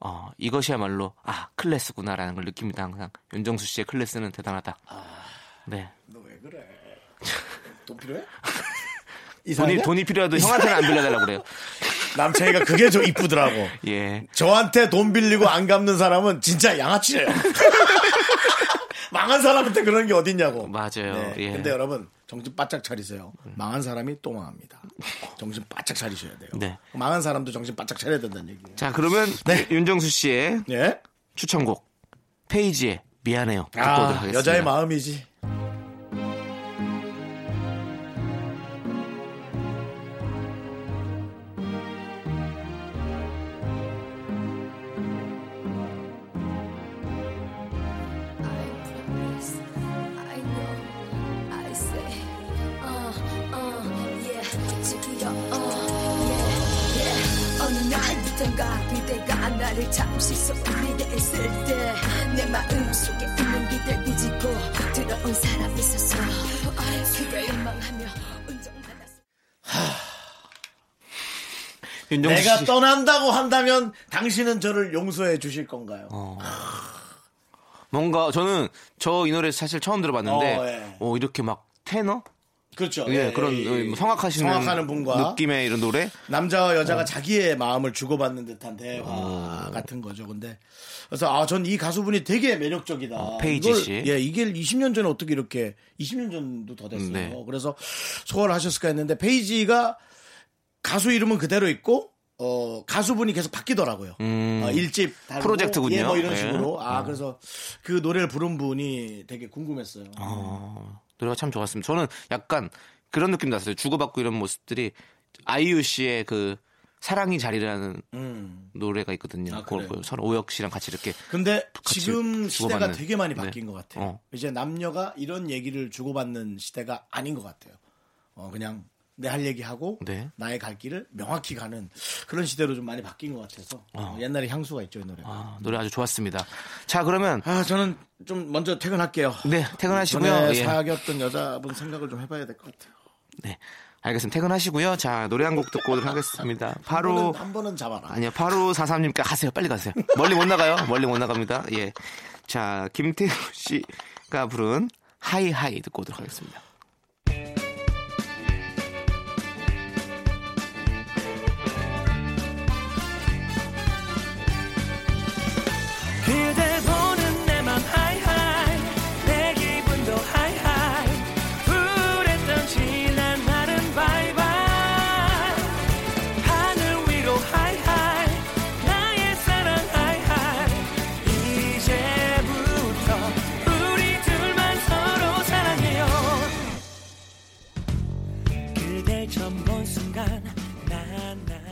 S2: 어, 이것이야말로 아 클래스구나라는 걸 느낍니다 항상 윤정수 씨의 클래스는 대단하다.
S1: 아.
S2: 네
S1: 너 왜 그래? 돈 필요해? [laughs] 이상해?
S2: 돈이 돈이 필요해도 형한테는 안 빌려달라고 그래요.
S1: 남창희가 그게 좀 이쁘더라고.
S2: 예.
S1: 저한테 돈 빌리고 안 갚는 사람은 진짜
S2: [laughs]
S1: 양아치래요. 망한 사람한테 그런 게 어딨냐고. 네.
S2: 맞아요. 예.
S1: 근데 여러분 정신 바짝 차리세요. 망한 사람이 또 망합니다. 정신 바짝 차리셔야 돼요.
S2: 네.
S1: 망한 사람도 정신 바짝 차려야 된다는 얘기예요.
S2: 자 그러면
S1: 네.
S2: 윤정수 씨의
S1: 예.
S2: 추천곡 페이지에 미안해요 듣고 오도록
S1: 아,
S2: 하겠습니다.
S1: 여자의 마음이지.
S7: uh, 어느 날부턴가 그대가 나를 잠시 소리에 있을 때 내 마음 속에 있는 기대 뒤지고 들어온 사람 있었어 그대 연망하며 운전 받았어
S2: 윤정수
S1: 내가
S2: 씨.
S1: 떠난다고 한다면 당신은 저를 용서해 주실 건가요?
S2: 어. 뭔가 저는 저 이 노래 사실 처음 들어봤는데
S1: 어, 예.
S2: 어, 이렇게 막 테너
S1: 그렇죠.
S2: 예, 그런
S1: 예, 예.
S2: 어, 성악하시는
S1: 성악하는 분과
S2: 느낌의 이런 노래
S1: 남자와 여자가 자기의 마음을 주고받는 듯한 대화 같은 거죠. 근데 그래서 아 전 이 가수분이 되게 매력적이다.
S2: 어, 페이지
S1: 이걸-
S2: 씨.
S1: 예, 이게 20년 전에 어떻게 이렇게 20년 전도 더 됐어요.
S2: 네.
S1: 그래서 소화하셨을까 를 했는데 페이지가 가수 이름은 그대로 있고 어 가수분이 계속 바뀌더라고요.
S2: 음.
S1: 어, 일집 달고,
S2: 프로젝트군요.
S1: 예, 뭐 이런
S2: 네.
S1: 식으로. 아 그래서 그 노래를 부른 분이 되게 궁금했어요.
S2: 어, 노래가 참 좋았습니다. 저는 약간 그런 느낌 났어요. 주고받고 이런 모습들이 아이유 씨의 그 사랑이 자리라는
S1: 음.
S2: 노래가 있거든요.
S1: 아,
S2: 그걸
S1: 그래요?
S2: 보고 서로 오혁 씨랑 같이 이렇게
S1: 근데
S2: 같이
S1: 지금 시대가
S2: 주고받는.
S1: 되게 많이
S2: 네.
S1: 바뀐 것 같아요.
S2: 어.
S1: 이제 남녀가 이런 얘기를 주고받는 시대가 아닌 것 같아요. 어, 그냥 내 할 얘기하고
S2: 네.
S1: 나의 갈 길을 명확히 가는 그런 시대로 좀 많이 바뀐 것 같아서 어, 옛날에 향수가 있죠 이 노래가. 아.
S2: 아, 노래 아주 좋았습니다. 자 그러면
S1: 저는 좀 먼저 퇴근할게요.
S2: 네 퇴근하시고요.
S1: 전에
S2: 예.
S1: 사귀었던 여자분 생각을 좀 해봐야 될 것 같아요.
S2: 네 알겠습니다. 퇴근하시고요. 자 노래 한 곡 듣고 오도록 하겠습니다. 바로
S1: 한 번은, 한 번은 잡아라.
S2: 아니요, 8543님께 가세요. 빨리 가세요. 멀리 못 나가요. 멀리 못 나갑니다. 예. 자, 김태우 씨가 부른 하이하이 듣고 오도록 하겠습니다.
S3: 그대 보는 내 맘 하이하이 내 기분도 하이하이 불했던 지난 날은 바이바이 하늘 위로 하이하이 나의 사랑 하이하이 이제부터 우리 둘만 서로 사랑해요 그댈 처음 본 순간 나나나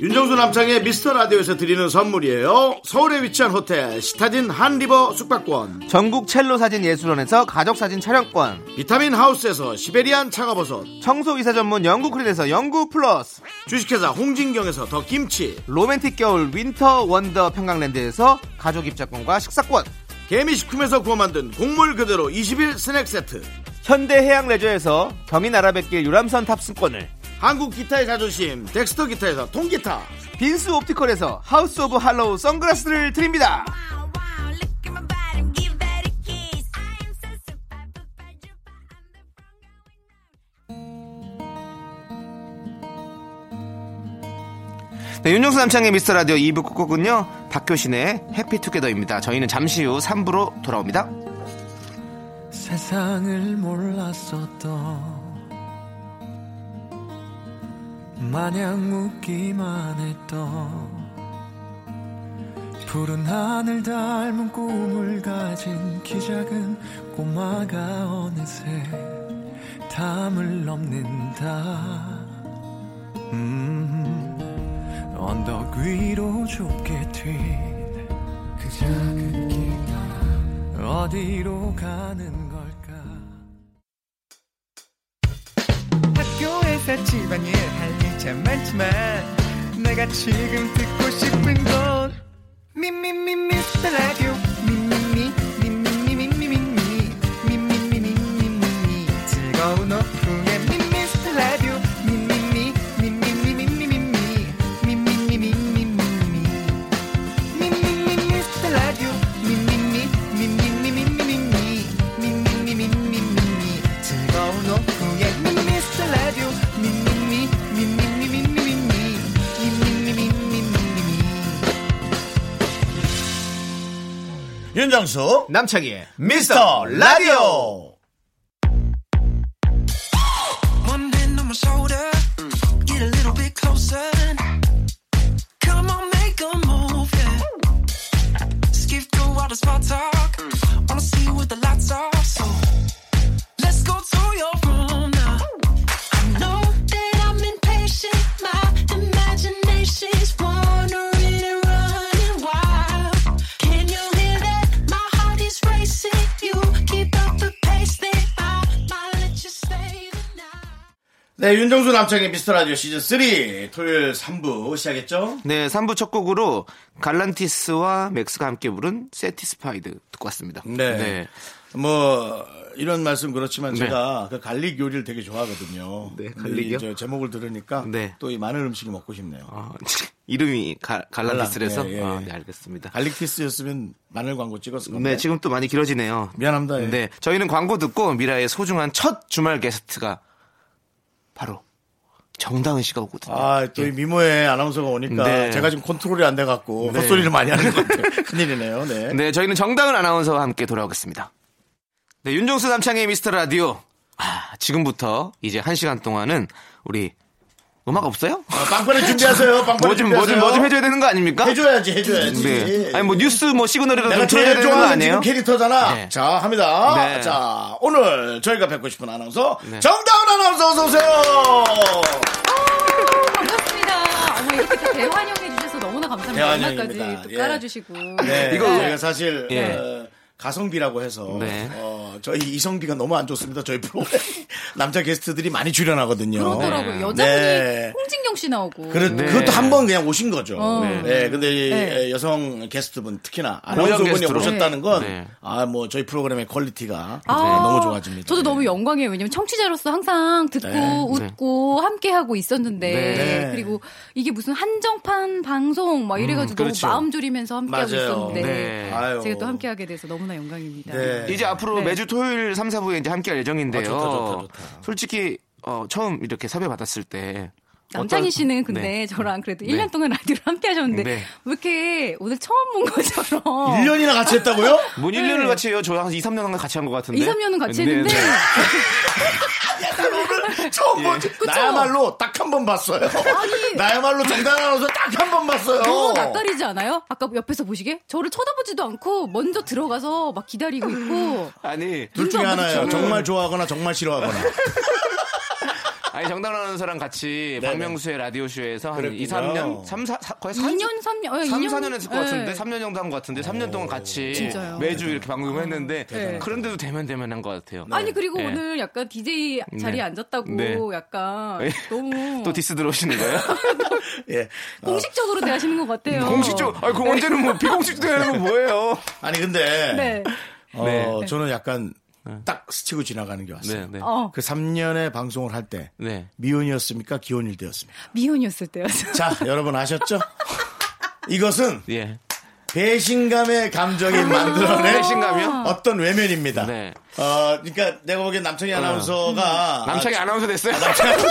S1: 윤정수 남창의 미스터 라디오에서 드리는 선물이에요. 서울에 위치한 호텔 시타딘 한리버 숙박권,
S2: 전국 첼로 사진 예술원에서 가족 사진 촬영권,
S1: 비타민 하우스에서 시베리안 차가버섯.
S2: 청소 이사 전문 영국 크린에서 영국 플러스,
S1: 주식회사 홍진경에서 더 김치,
S2: 로맨틱 겨울 윈터 원더 평강랜드에서 가족 입자권과 식사권,
S1: 개미식품에서 구워 만든 곡물 그대로 20일 스낵 세트,
S2: 현대 해양 레저에서 경인 아라뱃길 유람선 탑승권을,
S1: 한국 기타의 자존심, 덱스터 기타에서 통기타,
S2: 빈스 옵티컬에서 하우스 오브 할로우 선글라스를 드립니다. 네, 윤종수 남창의 미스터 라디오 2부 끝곡은요 박효신의 해피투게더입니다. 저희는 잠시 후 3부로 돌아옵니다.
S3: 세상을 몰랐었던 마냥 웃기만 했던 푸른 하늘 닮은 꿈을 가진 키 작은 꼬마가 어느새 담을 넘는다 음, 언덕 위로 좁게 튄그 작은 길 따라 어디로 가는 걸까
S8: 학교에서 집안일 할 일 참 많지만 내가 지금 듣고 싶은 건 미미미 미스터 라디오 미미미 미미미 미미미 미미미 미미미 미미미 즐거운 오후에 미미스터 라디오 미미미 미미미 미미미 미미미 미미미 미미미
S1: 윤정수
S2: 남창희의
S1: 미스터 라디오
S3: One hand on my shoulder, get a little bit closer. Come on, make a move. Yeah. Skip through all the small talk, wanna see what the lights are. So let's go to your room now. I know that I'm impatient, my imagination's wandering and running wild. Can you hear that? My heart is racing. You keep up the pace, then I might let you stay the night.
S1: 네 윤정수 남창의 미스터 라디오 시즌 3 토요일 3부 시작했죠
S2: 네, 3부 첫 곡으로 갈란티스와 맥스가 함께 부른 세티스파이드 듣고 왔습니다.
S1: 네. 뭐 이런 말씀 그렇지만
S2: 네.
S1: 제가 그 갈릭 요리를 되게 좋아하거든요.
S2: 네, 갈릭이요?
S1: 근데 이제 제목을 들으니까
S2: 네.
S1: 또 이 많은 음식이 먹고 싶네요.
S2: 어, [laughs] 이름이 가- 갈란티스라서
S1: 갈란, 예, 예.
S2: 아, 네, 알겠습니다.
S1: 갈릭 피스였으면 마늘 광고 찍었을 건데.
S2: 네, 지금 또 많이 길어지네요.
S1: 미안합니다. 예.
S2: 네, 저희는 광고 듣고 미라의 소중한 첫 주말 게스트가 바로 정다은 씨가 오거든요.
S1: 아, 또이 미모의 아나운서가 오니까
S2: 예. 네.
S1: 제가 지금 컨트롤이 안 돼갖고 헛소리를 많이 하는 것 같아요. 큰일이네요.
S2: [laughs]
S1: 네.
S2: 네, 저희는 정다은 아나운서와 함께 돌아오겠습니다. 네, 윤종수 남창의 미스터 라디오. 아, 지금부터 이제 한 시간 동안은 우리 음악 없어요?
S1: 아, 빵빠레 준비하세요. 빵빠레
S2: 뭐 좀, 뭐 좀, 뭐 좀 해줘야 되는 거 아닙니까?
S1: 지 해줘야지. 예.
S2: 네. 아니, 뭐 뉴스 뭐 시그널이라도
S1: 내가
S2: 좀 틀어줘야
S1: 제일
S2: 되는 거
S1: 좋아하는
S2: 아니에요?
S1: 지금 캐릭터잖아.
S2: 네.
S1: 자, 합니다.
S2: 네.
S1: 자, 오늘 저희가 뵙고 싶은 아나운서
S2: 네.
S1: 정다운 아나운서 어서 오세요.
S9: 반갑습니다. 어머 이렇게 또 대환영해 주셔서 너무나 감사합니다.
S1: 대환영입니다.
S9: 음악까지 또
S1: 예.
S9: 깔아주시고.
S1: 네,
S2: 이거
S1: 이거 저희가 사실
S2: 예.
S1: 어, 가성비라고 해서
S2: 네.
S1: 어, 저희 이성비가 너무 안 좋습니다. 저희 프로그램 [laughs] 남자 게스트들이 많이 출연하거든요.
S9: 그러더라고요.
S2: 네.
S9: 여자분이
S1: 어, 네. 그렇죠.
S9: 홍진경 씨 나오고.
S1: 그래,
S2: 네.
S1: 그것도 한 번 그냥 오신 거죠.
S9: 어.
S1: 네.
S9: 네.
S1: 근데 이 예,
S9: 네.
S1: 여성 게스트분 특히나
S2: 고향
S1: 아나운서분이
S2: 게스트로.
S1: 오셨다는 건
S2: 네.
S1: 아 뭐 저희 프로그램의 퀄리티가 네,
S9: 아,
S1: 너무 좋아집니다.
S9: 저도
S1: 네.
S9: 너무 영광이에요. 왜냐면 청취자로서 항상 듣고
S1: 네.
S9: 웃고 함께 하고 있었는데
S2: 네.
S9: 그리고 이게 무슨 한정판 방송 막 이래가지고
S2: 음, 그렇죠.
S9: 너무 마음 졸이면서 함께 하고
S1: 맞아요.
S9: 있었는데
S2: 네.
S1: 아유.
S9: 제가 또 함께 하게 돼서 너무나 영광입니다.
S1: 네.
S2: 이제 앞으로
S9: 네.
S2: 매주 토요일 3, 4부에 이제 함께할 예정인데요.
S1: 아, 좋다, 좋다, 좋다.
S2: 솔직히 어, 처음 이렇게 섭외 받았을 때
S9: 남창희
S2: 어떤-
S9: 씨는 근데
S2: 네.
S9: 저랑 그래도
S2: 네.
S9: 1년 동안 라디오를 함께 하셨는데
S2: 네.
S9: 왜 이렇게 오늘 처음 본 [laughs] 것처럼
S1: 1년이나 같이
S9: [laughs]
S1: 했다고요?
S2: 뭔 1년을
S9: 네.
S2: 같이 해요? 저 한 2, 3년 간 같이 한 것 같은데.
S9: 2, 3년은 같이
S2: 네,
S9: [laughs] 했는데
S2: 네. 예.
S1: 처음 보지. 나야말로 딱 한 번 봤어요. 나야말로 정단 아나운서 딱 한 번 봤어요.
S9: 너무 낯가리지 않아요? 아까 옆에서 보시게 저를 쳐다보지도 않고 먼저 들어가서 막
S2: [gasps]
S9: 기다리고 있고
S2: [laughs] 아니,
S1: 둘 중에
S9: 눈도 안
S1: 하나예요.
S9: 마주쳐요.
S1: 정말 좋아하거나 정말
S9: [laughs]
S1: 싫어하거나.
S2: 아니 정당 아나운서랑 같이
S1: 네네.
S2: 박명수의 라디오쇼에서 한
S1: 그랬군요.
S2: 2, 3년? 3, 4, 거의 4,
S9: 2년, 3년, 예,
S2: 3,
S9: 2년?
S2: 4년 했을 것
S9: 예.
S2: 같은데 3년 정도 한 것 같은데 3년 동안 같이
S9: 진짜요. 아,
S2: 매주 이렇게 방송을 했는데
S9: 대단하다.
S2: 그런데도 대면 대면한 것 같아요.
S9: 아니 그리고
S2: 네.
S9: 오늘 약간 DJ 자리에
S2: 네.
S9: 앉았다고
S2: 네.
S9: 약간
S2: 예.
S9: [laughs] 너무
S2: [laughs] 또 디스 들어오시는
S9: [laughs]
S2: 거예요?
S1: 예.
S9: 공식적으로 대하시는 것 같아요.
S2: 공식적, 아니 그 언제는 뭐 비공식적 하는 거 뭐예요?
S1: 아니 근데
S9: 네.
S1: 어,
S2: 네.
S1: 저는 약간 딱 스치고 지나가는 게 왔어요.
S2: 네, 네.
S9: 어
S1: 그 3년의 방송을 할 때
S2: 네.
S1: 미혼이었습니까? 기혼일 때였습니까?
S9: 미혼이었을 때요. [laughs]
S1: 자, 여러분 아셨죠? [laughs] 이것은
S2: 예. 네,
S1: 배신감의 감정이 만들어낸
S2: 배신감이요?
S1: 어떤 외면입니다.
S2: 네. 어.
S1: 어, 그러니까 내가 보기엔 남창희 아나운서가
S2: 음.
S1: [laughs]
S2: 남창이 아나운서 됐어요?
S1: 남창희,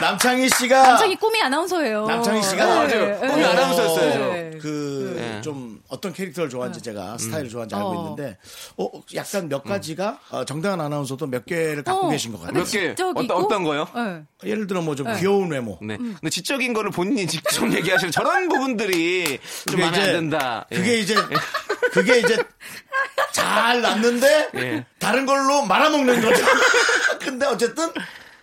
S1: 남창희 씨가
S9: 남창희 꿈이 아나운서예요.
S1: 남창희 씨가
S9: 네.
S2: 어, 맞아요. 꿈이
S9: 네.
S2: 아나운서였어요, 저.
S9: 네.
S1: 그
S2: 네.
S1: 좀 어떤 캐릭터를 좋아하는지 제가 스타일을 좋아하는지 알고
S9: 어.
S1: 있는데 어 약간 몇 가지가 어, 정당한 아나운서도 몇 개를 갖고
S9: 어.
S1: 계신 것 같아요.
S2: 음. 몇 개?
S9: 지적이고?
S2: 어떤- 어떤 거요?
S9: 네.
S1: 예를 들어 뭐 좀 귀여운 외모.
S2: 네.
S9: 음.
S2: 근데 지적인 거를 본인이 직접 얘기하시는 저런 부분들이 좀 마음에 안 든다. 예.
S1: 그게 이제 그게 이제 잘 났는데
S2: 예.
S1: 다른 걸로 말아먹는 거죠. [laughs] 근데 어쨌든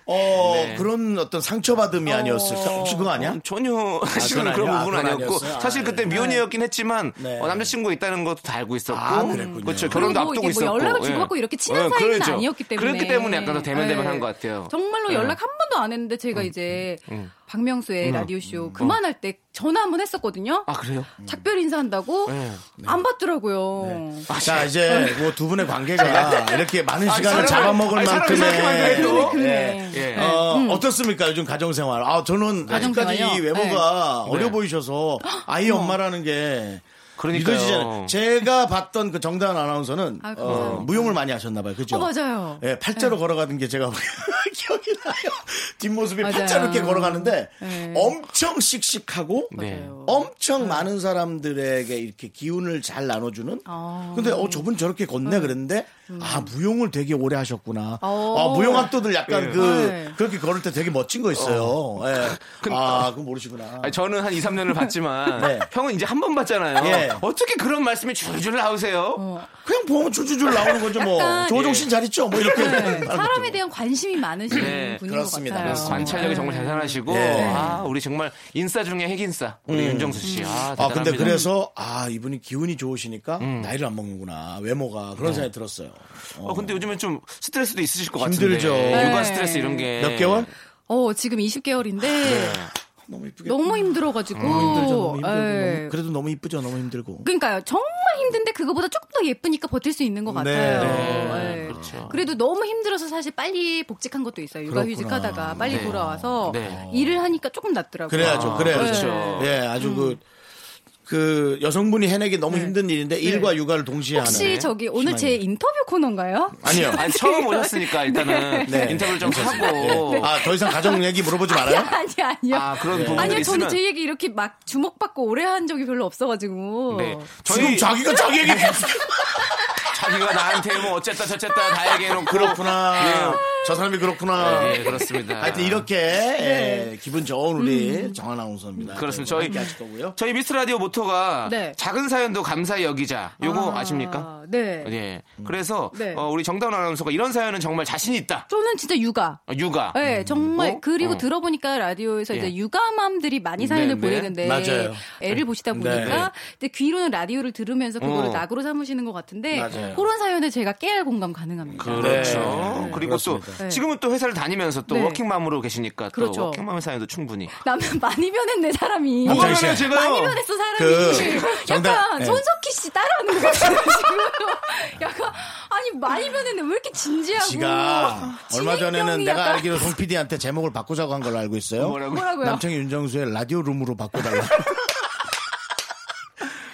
S1: 어
S2: 네.
S1: 그런 어떤 상처받음이 아니었을까? 혹시 그거 아니야?
S2: 음, [laughs] 전혀 사실은
S1: 그건
S2: 그런
S1: 아니야?
S2: 부분은
S1: 아, 그건
S2: 아니었고
S1: 아니었어요? 아,
S2: 사실 그때
S1: 네.
S2: 미혼이었긴 했지만
S1: 네.
S2: 어, 남자친구가 있다는 것도 다 알고 있었고
S1: 아, 그랬군요. 어,
S2: 그렇죠 결혼도
S9: 그리고
S2: 앞두고
S9: 이게 뭐
S2: 있었고
S9: 연락을 주고받고
S2: 예.
S9: 이렇게 친한
S2: 예,
S9: 사이는
S2: 그렇죠.
S9: 아니었기 때문에
S2: 그렇기 때문에 약간 더 대면대면한
S9: 예.
S2: 것 같아요
S9: 정말로
S2: 예. 음,
S9: 연락 한 번도 안 했는데 제가 이제 박명수의 라디오 쇼 그만할 때 전화 한 번 했었거든요.
S2: 아 그래요
S9: 작별 인사한다고
S2: 네.
S9: 안 받더라고요.
S1: 자 이제 뭐 두 분의 관계가 이렇게 많은 시간을
S2: 사람을-
S1: 잡아먹을
S2: 아니, 사람을
S1: 만큼의
S2: 이렇게 만들어요.
S1: 예.
S9: 그러네. 음. 네.
S2: 예.
S1: 어, 어떻습니까 요즘 가정생활? 아 저는 아직까지
S9: 가정생활이요?
S1: 이 외모가
S2: 네.
S1: 어려
S2: 네.
S1: 보이셔서 아이 엄마라는 게
S2: 그러니까요.
S1: 믿어지지 않아요. 제가 봤던 그 정다은 아나운서는
S9: 아유,
S1: 어,
S9: 감사합니다.
S1: 무용을 많이 하셨나봐요, 그죠?
S9: 어, 맞아요.
S1: 예, 팔자로 걸어가는 게 제가 [laughs] 기억이 나요. 뒷모습이
S9: 맞아요.
S1: 팔자로 이렇게 걸어가는데
S9: 네.
S1: 엄청 씩씩하고
S9: [laughs]
S2: 네.
S9: 맞아요. 네.
S1: 엄청 많은 사람들에게 이렇게 기운을 잘 나눠주는.
S9: 아. 음.
S1: 근데 어 저분 저렇게 걷네 그랬는데 아 무용을 되게 오래 하셨구나.
S9: 어.
S1: 아 무용 학도들 약간 그
S9: 네.
S1: 그렇게 걸을 때 되게 멋진 거 있어요. 예. 아 그건 모르시구나.
S2: 아니, 저는 한 2, 3년을 봤지만
S1: [laughs] 네.
S2: 형은 이제 한 번 봤잖아요
S1: 예.
S2: 어떻게 그런 말씀이 줄줄 나오세요
S9: 어.
S1: 그냥 보면 줄줄줄 나오는 거죠 뭐.
S9: 약간-
S1: 조종 씨잘 있죠 뭐 이렇게.
S9: 네. 사람에 대한 관심이 많으신
S2: 네,
S9: 분인
S1: 그렇습니다.
S9: 것 같아요.
S1: 그렇습니다.
S2: 관찰력이 정말 대단하시고
S1: 예. 음.
S2: 아 우리 정말 인싸 중에 핵인싸 우리 윤정수 씨아
S1: 아 근데 그래서 아 이분이 기운이 좋으시니까 나이를 안 먹는구나 외모가 그런 생각이 들었어요.
S2: 음. 어, 근데 요즘엔 좀 스트레스도 있으실 것
S1: 힘들죠.
S2: 같은데.
S1: 네.
S2: 육아 스트레스 이런 게.
S1: 몇 개월?
S9: 어, 지금 20개월인데
S2: 네.
S1: 너무 이쁘게.
S9: 너무 힘들어가지고.
S2: 음.
S1: 너무 힘들죠. 너무 힘들고
S9: 예.
S1: 너무- 그래도 너무 이쁘죠. 너무 힘들고.
S9: 그러니까요. 정말 힘든데 그거보다 조금 더 예쁘니까 버틸 수 있는 것 같아요.
S1: 네.
S9: 예.
S2: 그렇죠.
S9: 그래도 너무 힘들어서 사실 빨리 복직한 것도 있어요. 육아
S1: 그렇구나.
S9: 휴직하다가 빨리
S2: 네.
S9: 돌아와서
S2: 네.
S9: 일을 하니까 조금 낫더라고요.
S1: 그래야죠. 그래야죠.
S2: 그렇죠.
S1: 예, 아주 그. 그 여성분이 해내기 너무 힘든 일인데 일과 육아를 동시에
S9: 혹시
S2: 네.
S1: 하는.
S9: 저기 오늘
S1: 희망이.
S9: 제 인터뷰 코너인가요?
S1: 아니요.
S2: 아니, 처음 오셨으니까 일단은
S1: 네.
S2: 인터뷰를 좀 하고.
S1: 네. 아, 더 이상 가정 얘기 물어보지
S9: [laughs] 아니,
S1: 말아요?
S9: 아니, 아니요.
S2: 아, 그런 부분들이
S9: 네. 아니요, 저는
S2: 있으면-
S9: 제 얘기 이렇게 막 주목받고 오래 한 적이 별로 없어가지고.
S2: 네.
S1: 지금
S2: 저희
S1: 자기가 자기 얘기
S2: 자기가 나한테 뭐 어쨌다 저쨌다 뭐그 다 얘기해놓고.
S1: 그렇구나. 예. 저 사람이 그렇구나.
S2: 네, 그렇습니다.
S1: 하여튼 이렇게 예, 기분 좋은 우리 정 아나운서입니다.
S2: 그렇습니다.
S1: 네,
S2: 저희-
S1: 함께 하실 거고요.
S2: 저희 미스 라디오 모토가
S9: 네.
S2: 작은 사연도 감사히 여기자. 요거 아... 십니까
S9: 네.
S2: 예. 그래서
S9: 네.
S2: 어, 우리 정다운 아나운서가 이런 사연은 정말 자신 있다.
S9: 저는 진짜 육아.
S2: 어, 육아.
S9: 네,
S1: 음.
S9: 정말
S2: 어?
S9: 그리고
S2: 어.
S9: 들어보니까 라디오에서
S2: 예.
S9: 이제 육아맘들이 많이 사연을
S2: 네, 네.
S9: 보내는데
S1: 맞아요.
S9: 애를 보시다
S1: 네.
S9: 보니까 근데 귀로는 라디오를 들으면서 그거를
S2: 어.
S9: 낙으로 삼으시는 것 같은데
S1: 맞아요.
S9: 그런 사연에 제가 깨알 공감 가능합니다.
S2: 그렇죠.
S1: 네.
S2: 그리고
S1: 그렇습니다.
S2: 또 지금은 또 회사를 다니면서 또
S9: 네.
S2: 워킹맘으로 계시니까 또
S9: 그렇죠.
S2: 워킹맘의 사연도 충분히.
S9: 나는 많이 변했네 사람이.
S1: 뭐가 남창희 씨.
S2: 그러면
S9: 많이
S2: 제가요.
S9: 변했어 사람이.
S1: 그, 정답.
S9: 약간
S1: 네.
S9: 손석희 씨 따라하는 것 같아요 지금. [laughs] 약간 아니 많이 변했네 왜 이렇게 진지하고.
S1: 지가 얼마 전에는
S9: 진행병이
S1: 내가
S9: 약간
S1: 알기로 송 PD한테 제목을 바꾸자고 한 걸로 알고 있어요.
S2: 뭐라고요?
S9: 뭐라고요?
S1: 남창희 윤정수의 라디오 룸으로 바꿔달라.
S2: [laughs]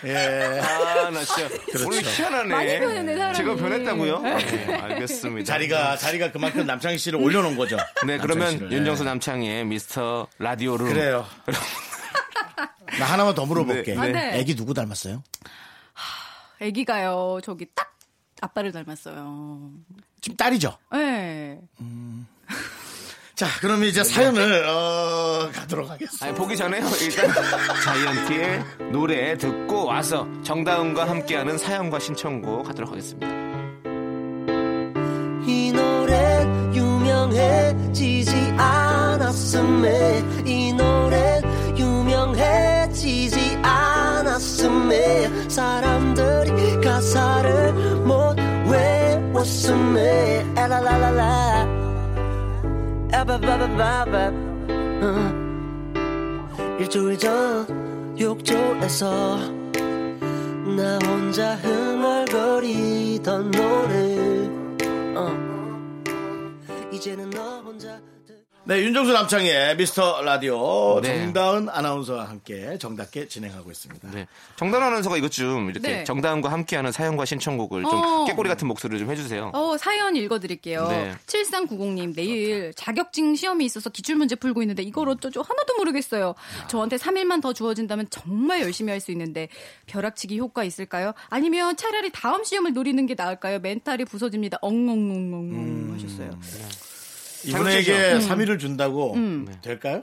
S1: 예.
S2: 아, 나 진짜
S1: 그렇죠.
S2: 오늘 희한하네.
S9: 많이 변했네, 사람이.
S2: 제가 변했다고요? 네, 알겠습니다.
S1: 자리가 자리가 그만큼 남창희 씨를 올려놓은 거죠.
S2: 네,
S1: 남창희
S2: 그러면
S1: 씨를.
S2: 윤정수
S1: 네.
S2: 남창의 미스터 라디오를
S1: 그래요.
S2: [laughs]
S1: 나 하나만 더 물어볼게.
S2: 네,
S9: 네. 아, 네.
S1: 애기 누구 닮았어요?
S9: 아기가요 저기 딱 아빠를 닮았어요.
S1: 지금 딸이죠.
S9: 네.
S1: 자, 그럼 이제
S2: 네,
S1: 사연을 어, 가도록 하겠습니다.
S2: 아니, 보기 전에 일단 자이언티의 노래 듣고 와서 정다은과 함께하는 사연과 신청곡 하도록 하겠습니다.
S10: 이 노래 유명해지지 않았음에 이 노래 유명해지지 않았음에 사람들이 가사를 못 외웠음에 에라라라라 에바바바바바 응. 일주일 전 욕조에서 나 혼자 흥얼거리던 노래 이제는 너 혼자
S1: 네, 윤정수 남창희의 미스터 라디오
S2: 네.
S1: 정다은 아나운서와 함께 정답게 진행하고 있습니다.
S2: 네. 정다은 아나운서가 이것 좀 이렇게
S9: 네.
S2: 정다은과 함께하는 사연과 신청곡을 좀
S9: 어.
S2: 깨꼬리 같은 목소리를 좀 해주세요.
S9: 어, 사연 읽어드릴게요.
S2: 네.
S9: 7390님, 내일 자격증 시험이 있어서 기출문제 풀고 있는데 이걸 어쩌죠? 하나도 모르겠어요. 저한테 3일만 더 주어진다면 정말 열심히 할 수 있는데 벼락치기 효과 있을까요? 아니면 차라리 다음 시험을 노리는 게 나을까요? 멘탈이 부서집니다. 엉엉엉엉
S1: 음.
S9: 하셨어요.
S2: 음.
S1: 이분에게 3위를 준다고 될까요?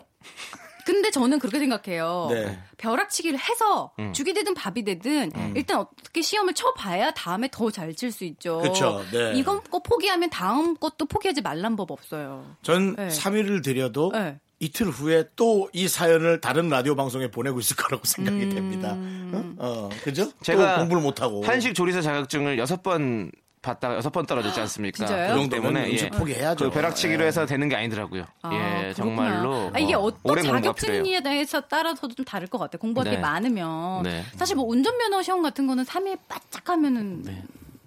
S9: 근데 저는 그렇게
S2: 어.
S9: 생각해요.
S1: 네. 음.
S9: 벼락치기를 해서 죽이 되든 밥이 되든 일단 어떻게 시험을 쳐봐야 다음에 더 잘 칠 수 있죠.
S1: 그쵸, 네.
S9: 이건 거 포기하면 다음 것도 포기하지 말란 법 없어요.
S1: 전
S9: 네.
S1: 3일을 드려도
S9: 네.
S1: 이틀 후에 또 이 사연을 다른 라디오 방송에 보내고 있을 거라고 생각이
S9: 음.
S1: 됩니다. 응? 어, 그죠? 제가
S2: 제가
S1: 공부를 못 하고
S2: 한식 조리사 자격증을 여섯 번 받다가 여섯 번 떨어졌지 않습니까?
S9: 진짜요?
S1: 그 정도면 음식 포기해야죠. 네.
S2: 그 벼락치기로 해서 되는 게 아니더라고요.
S9: 아,
S2: 예,
S9: 그렇구나.
S2: 정말로.
S9: 아, 이게
S2: 어,
S9: 어떤
S2: 오랜 공부가 필요해요.
S9: 자격증에 대해서 따라서도 좀 다를 것 같아요. 공부할
S2: 네.
S9: 게 많으면
S2: 네.
S9: 사실 뭐 운전면허 시험 같은 거는 3일 바짝 하면은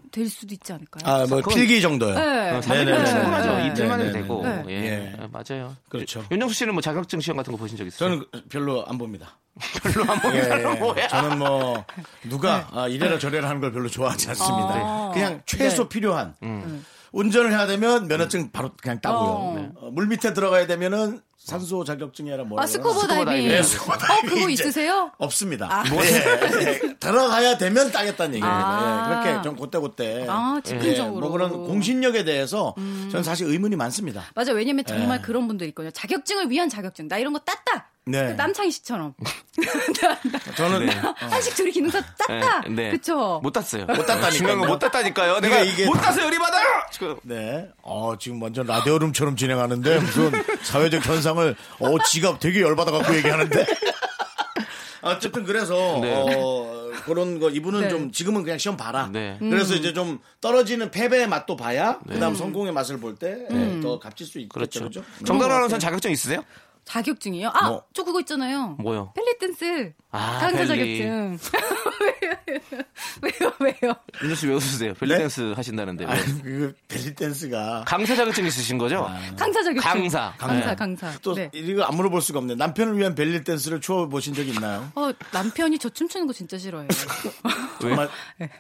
S9: 될 수도 있지 않을까요?
S1: 아, 뭐
S2: 그건-
S1: 필기 정도요.
S9: 네.
S2: 어,
S9: 네.
S2: 3일이면
S1: 네네네.
S2: 충분하죠.
S9: 네.
S2: 이틀만 해도
S1: 네네네.
S2: 되고.
S9: 네.
S2: 예.
S1: 예.
S2: 아, 맞아요.
S1: 그렇죠.
S2: 윤정수 씨는 뭐 자격증 시험 같은 거 보신 적 있어요?
S1: 저는 그, 별로 안 봅니다.
S2: [laughs] 별로 안 보는
S1: 예,
S2: 사람 뭐야? 네.
S1: 저는
S2: [laughs]
S1: 뭐 누가 아, 이래라 저래라 하는 걸 별로 좋아하지 않습니다.
S9: 아,
S1: 그냥 최소
S9: 네.
S1: 필요한
S2: 음.
S1: 운전을 해야 되면 면허증 바로 그냥 따고요.
S9: 어.
S1: 네. 어, 물 밑에 들어가야 되면은 산소 자격증이라 뭐라
S9: 아, 스쿠버
S2: 스쿠버
S9: 다이빙.
S2: 다이빙. 네,
S1: 어, 스쿠버
S9: 어,
S1: 다이빙
S9: 그거
S1: 이제.
S9: 있으세요?
S1: 없습니다. 예,
S9: [laughs]
S1: 예. 들어가야 되면 따겠다는 얘기예요.
S9: 아.
S1: 예, 그렇게 좀 그때그때
S9: 아, 집중적으로. 음.
S1: 뭐 그런 공신력에 대해서 저는 사실 의문이 많습니다.
S9: 맞아. 왜냐면 정말
S1: 예.
S9: 그런 분들 있거든요. 자격증을 위한 자격증. 나 이런 거 땄다.
S1: 네.
S9: 그 남창희 씨처럼. 나, 나
S1: 저는
S9: 한식 조리 기능사 땄다.
S2: 네, 네.
S9: 아, 그쵸?
S2: 못 땄어요.
S1: 땄다니까요.
S2: [laughs] 중요한 거 못 땄다니까요. 내가
S1: 이게-
S2: 못 땄어요. 의리받아요. 지금.
S1: 네. 어, 지금 완전 라디오룸처럼 진행하는데 무슨 사회적 현상을 어, 지갑 되게 열받아 갖고 얘기하는데. [laughs] 어쨌든 그래서
S2: 네.
S1: 어, 그런 거 이분은
S9: 네.
S1: 좀 지금은 그냥 시험 봐라.
S2: 네.
S1: 그래서 이제 좀 떨어지는 패배의 맛도 봐야 그다음 성공의 맛을 볼 때 예, 더 값질 수 있겠죠.
S2: 네. 그렇죠.
S1: 그렇죠?
S2: 정다은 아나운서 자격증 있으세요?
S9: 자격증이요? 아,
S1: 뭐.
S9: 저 그거 있잖아요.
S2: 뭐요?
S9: 벨리 댄스.
S2: 아,
S9: 강사
S2: 벨리.
S9: 자격증. [laughs] 왜요? 왜요? 왜요?
S2: 윤정 씨왜 웃으세요?
S1: 네?
S2: 벨리댄스 하신다는데. 왜?
S1: 아니, 그 벨리 댄스가
S2: 강사 자격증 있으신 거죠?
S1: 아.
S9: 강사 자격증.
S2: 강사.
S9: 강사,
S2: 네.
S9: 강사.
S1: 또
S9: 네.
S1: 이거 안 물어볼 수가 없네. 남편을 위한 벨리 댄스를 추워 보신 적이 있나요?
S9: 어, 남편이 저 춤추는 거
S1: [laughs]
S9: 진짜 싫어해요.
S1: 정말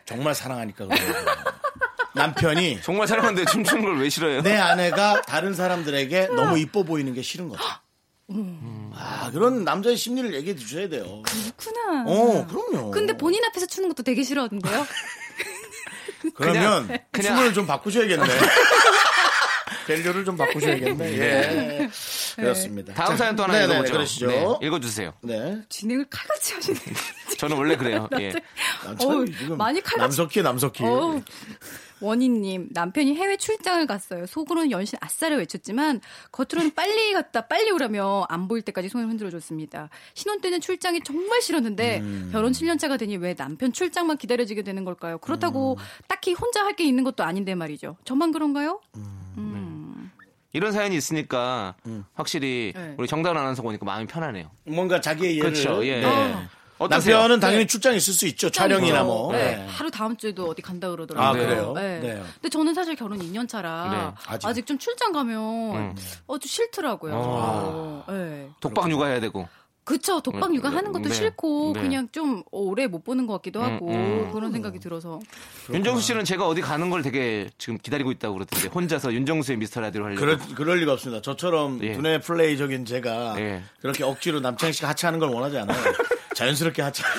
S1: 정말 사랑하니까 그래요.
S2: [laughs]
S1: 남편이
S2: 정말 사랑하는데 춤추는 걸 왜 싫어해요?
S1: 내 아내가 다른 사람들에게 너무 이뻐 보이는 게 싫은 거죠. 아, 그런 남자의 심리를 얘기해 주셔야 돼요.
S9: 그렇구나.
S1: 어, 그럼요.
S9: 근데 본인 앞에서 추는 것도 되게 싫어하던데요?
S1: 그러면
S2: 그냥-
S1: 춤을 좀
S2: [laughs]
S1: 바꾸셔야겠네. 밸류를 좀 바꾸셔야겠네. 예. 그렇습니다.
S2: 다음 사연 또 하나
S1: 네네,
S2: 읽어보죠.
S1: 그러시죠.
S2: 네, 읽어주세요.
S1: 네.
S9: 진행을 칼같이 하시네.
S2: 저는 원래
S9: [laughs]
S2: 그래요. 예.
S1: 남편이
S9: 어우,
S1: 지금
S9: 많이 칼같이-
S1: 남석희, 남석희.
S9: 어우, 원희님 남편이 해외 출장을 갔어요. 속으로는 연신 아싸를 외쳤지만 겉으로는 빨리 갔다 빨리 오라며 안 보일 때까지 손을 흔들어줬습니다. 신혼 때는 출장이 정말 싫었는데
S1: 음.
S9: 결혼 7년 차가 되니 왜 남편 출장만 기다려지게 되는 걸까요? 그렇다고
S1: 음.
S9: 딱히 혼자 할 게 있는 것도 아닌데 말이죠. 저만 그런가요?
S1: 음,
S2: 이런 사연이 있으니까
S1: 음.
S2: 확실히
S9: 네.
S2: 우리 정다은 아나운서 보니까 마음이 편하네요.
S1: 뭔가 자기의 예를.
S2: 그렇죠. 예.
S1: 네.
S2: 어떠세요?
S1: 남편은 당연히 출장 있을 수 있죠. 촬영이나 뭐.
S9: 네,
S1: 네.
S9: 하루 다음 주에도 어디 간다 그러더라고요.
S1: 아, 그래요?
S9: 네.
S1: 네.
S9: 근데 저는 사실 결혼 2년 차라
S2: 네,
S1: 아직. 음.
S9: 아직. 좀 출장 가면 어 좀 싫더라고요.
S2: 아.
S9: 저도. 네.
S2: 독박 육아해야 되고.
S9: 그쵸 독방 육아하는 것도
S2: 네.
S9: 싫고
S2: 네.
S9: 그냥 좀 오래 못 보는 것 같기도 하고
S2: 음.
S9: 그런 생각이 들어서
S2: 윤정수 씨는 제가 어디 가는 걸 되게 지금 기다리고 있다고 그러던데 혼자서 윤정수의 미스터 라디오 하려고.
S1: 그럴, 그럴 리가 없습니다. 저처럼
S2: 예.
S1: 두뇌 플레이적인 제가
S2: 예.
S1: 그렇게 억지로 남창희 씨가 하차하는 걸 원하지
S2: [laughs]
S1: 않아요. 자연스럽게 하차. [laughs]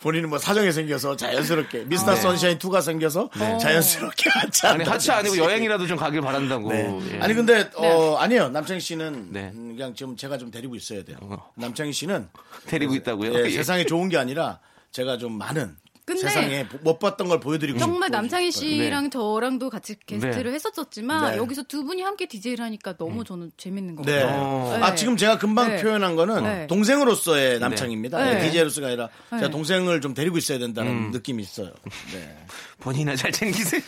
S1: 본인은 뭐 사정이 생겨서 자연스럽게 미스터 선샤인 2가 생겨서 자연스럽게 하차.
S2: 네. 아니 하차 아니고 여행이라도 좀 가길 바란다고. 예.
S1: 아니 근데 어 아니에요 남창희 씨는
S2: 네.
S1: 음, 그냥 지금 제가 좀 데리고 있어야 돼요.
S2: 어.
S1: 남창희 씨는
S2: 데리고 있다고요.
S1: 예,
S2: 예.
S1: 세상에 좋은 게 아니라 제가 좀 많은
S9: 근데
S2: 음,
S1: 세상에 보- 못 봤던 걸 보여드리고
S9: 정말
S1: 싶어요.
S9: 남창희 씨랑 저랑도 같이 게스트를
S2: 네. 음.
S9: 했었었지만
S1: 네.
S9: 여기서 두 분이 함께 DJ를 하니까 너무 저는 재밌는 것
S1: 네.
S9: 같아요.
S2: 어.
S1: 아, 지금 제가 금방
S9: 네.
S1: 표현한 거는
S9: 네.
S1: 동생으로서의 남창입니다.
S9: 네.
S1: 네. DJ로서가 아니라 제가
S9: 네.
S1: 동생을 좀 데리고 있어야 된다는
S2: 음.
S1: 느낌이 있어요. 네.
S2: 본인이나 잘 챙기세요.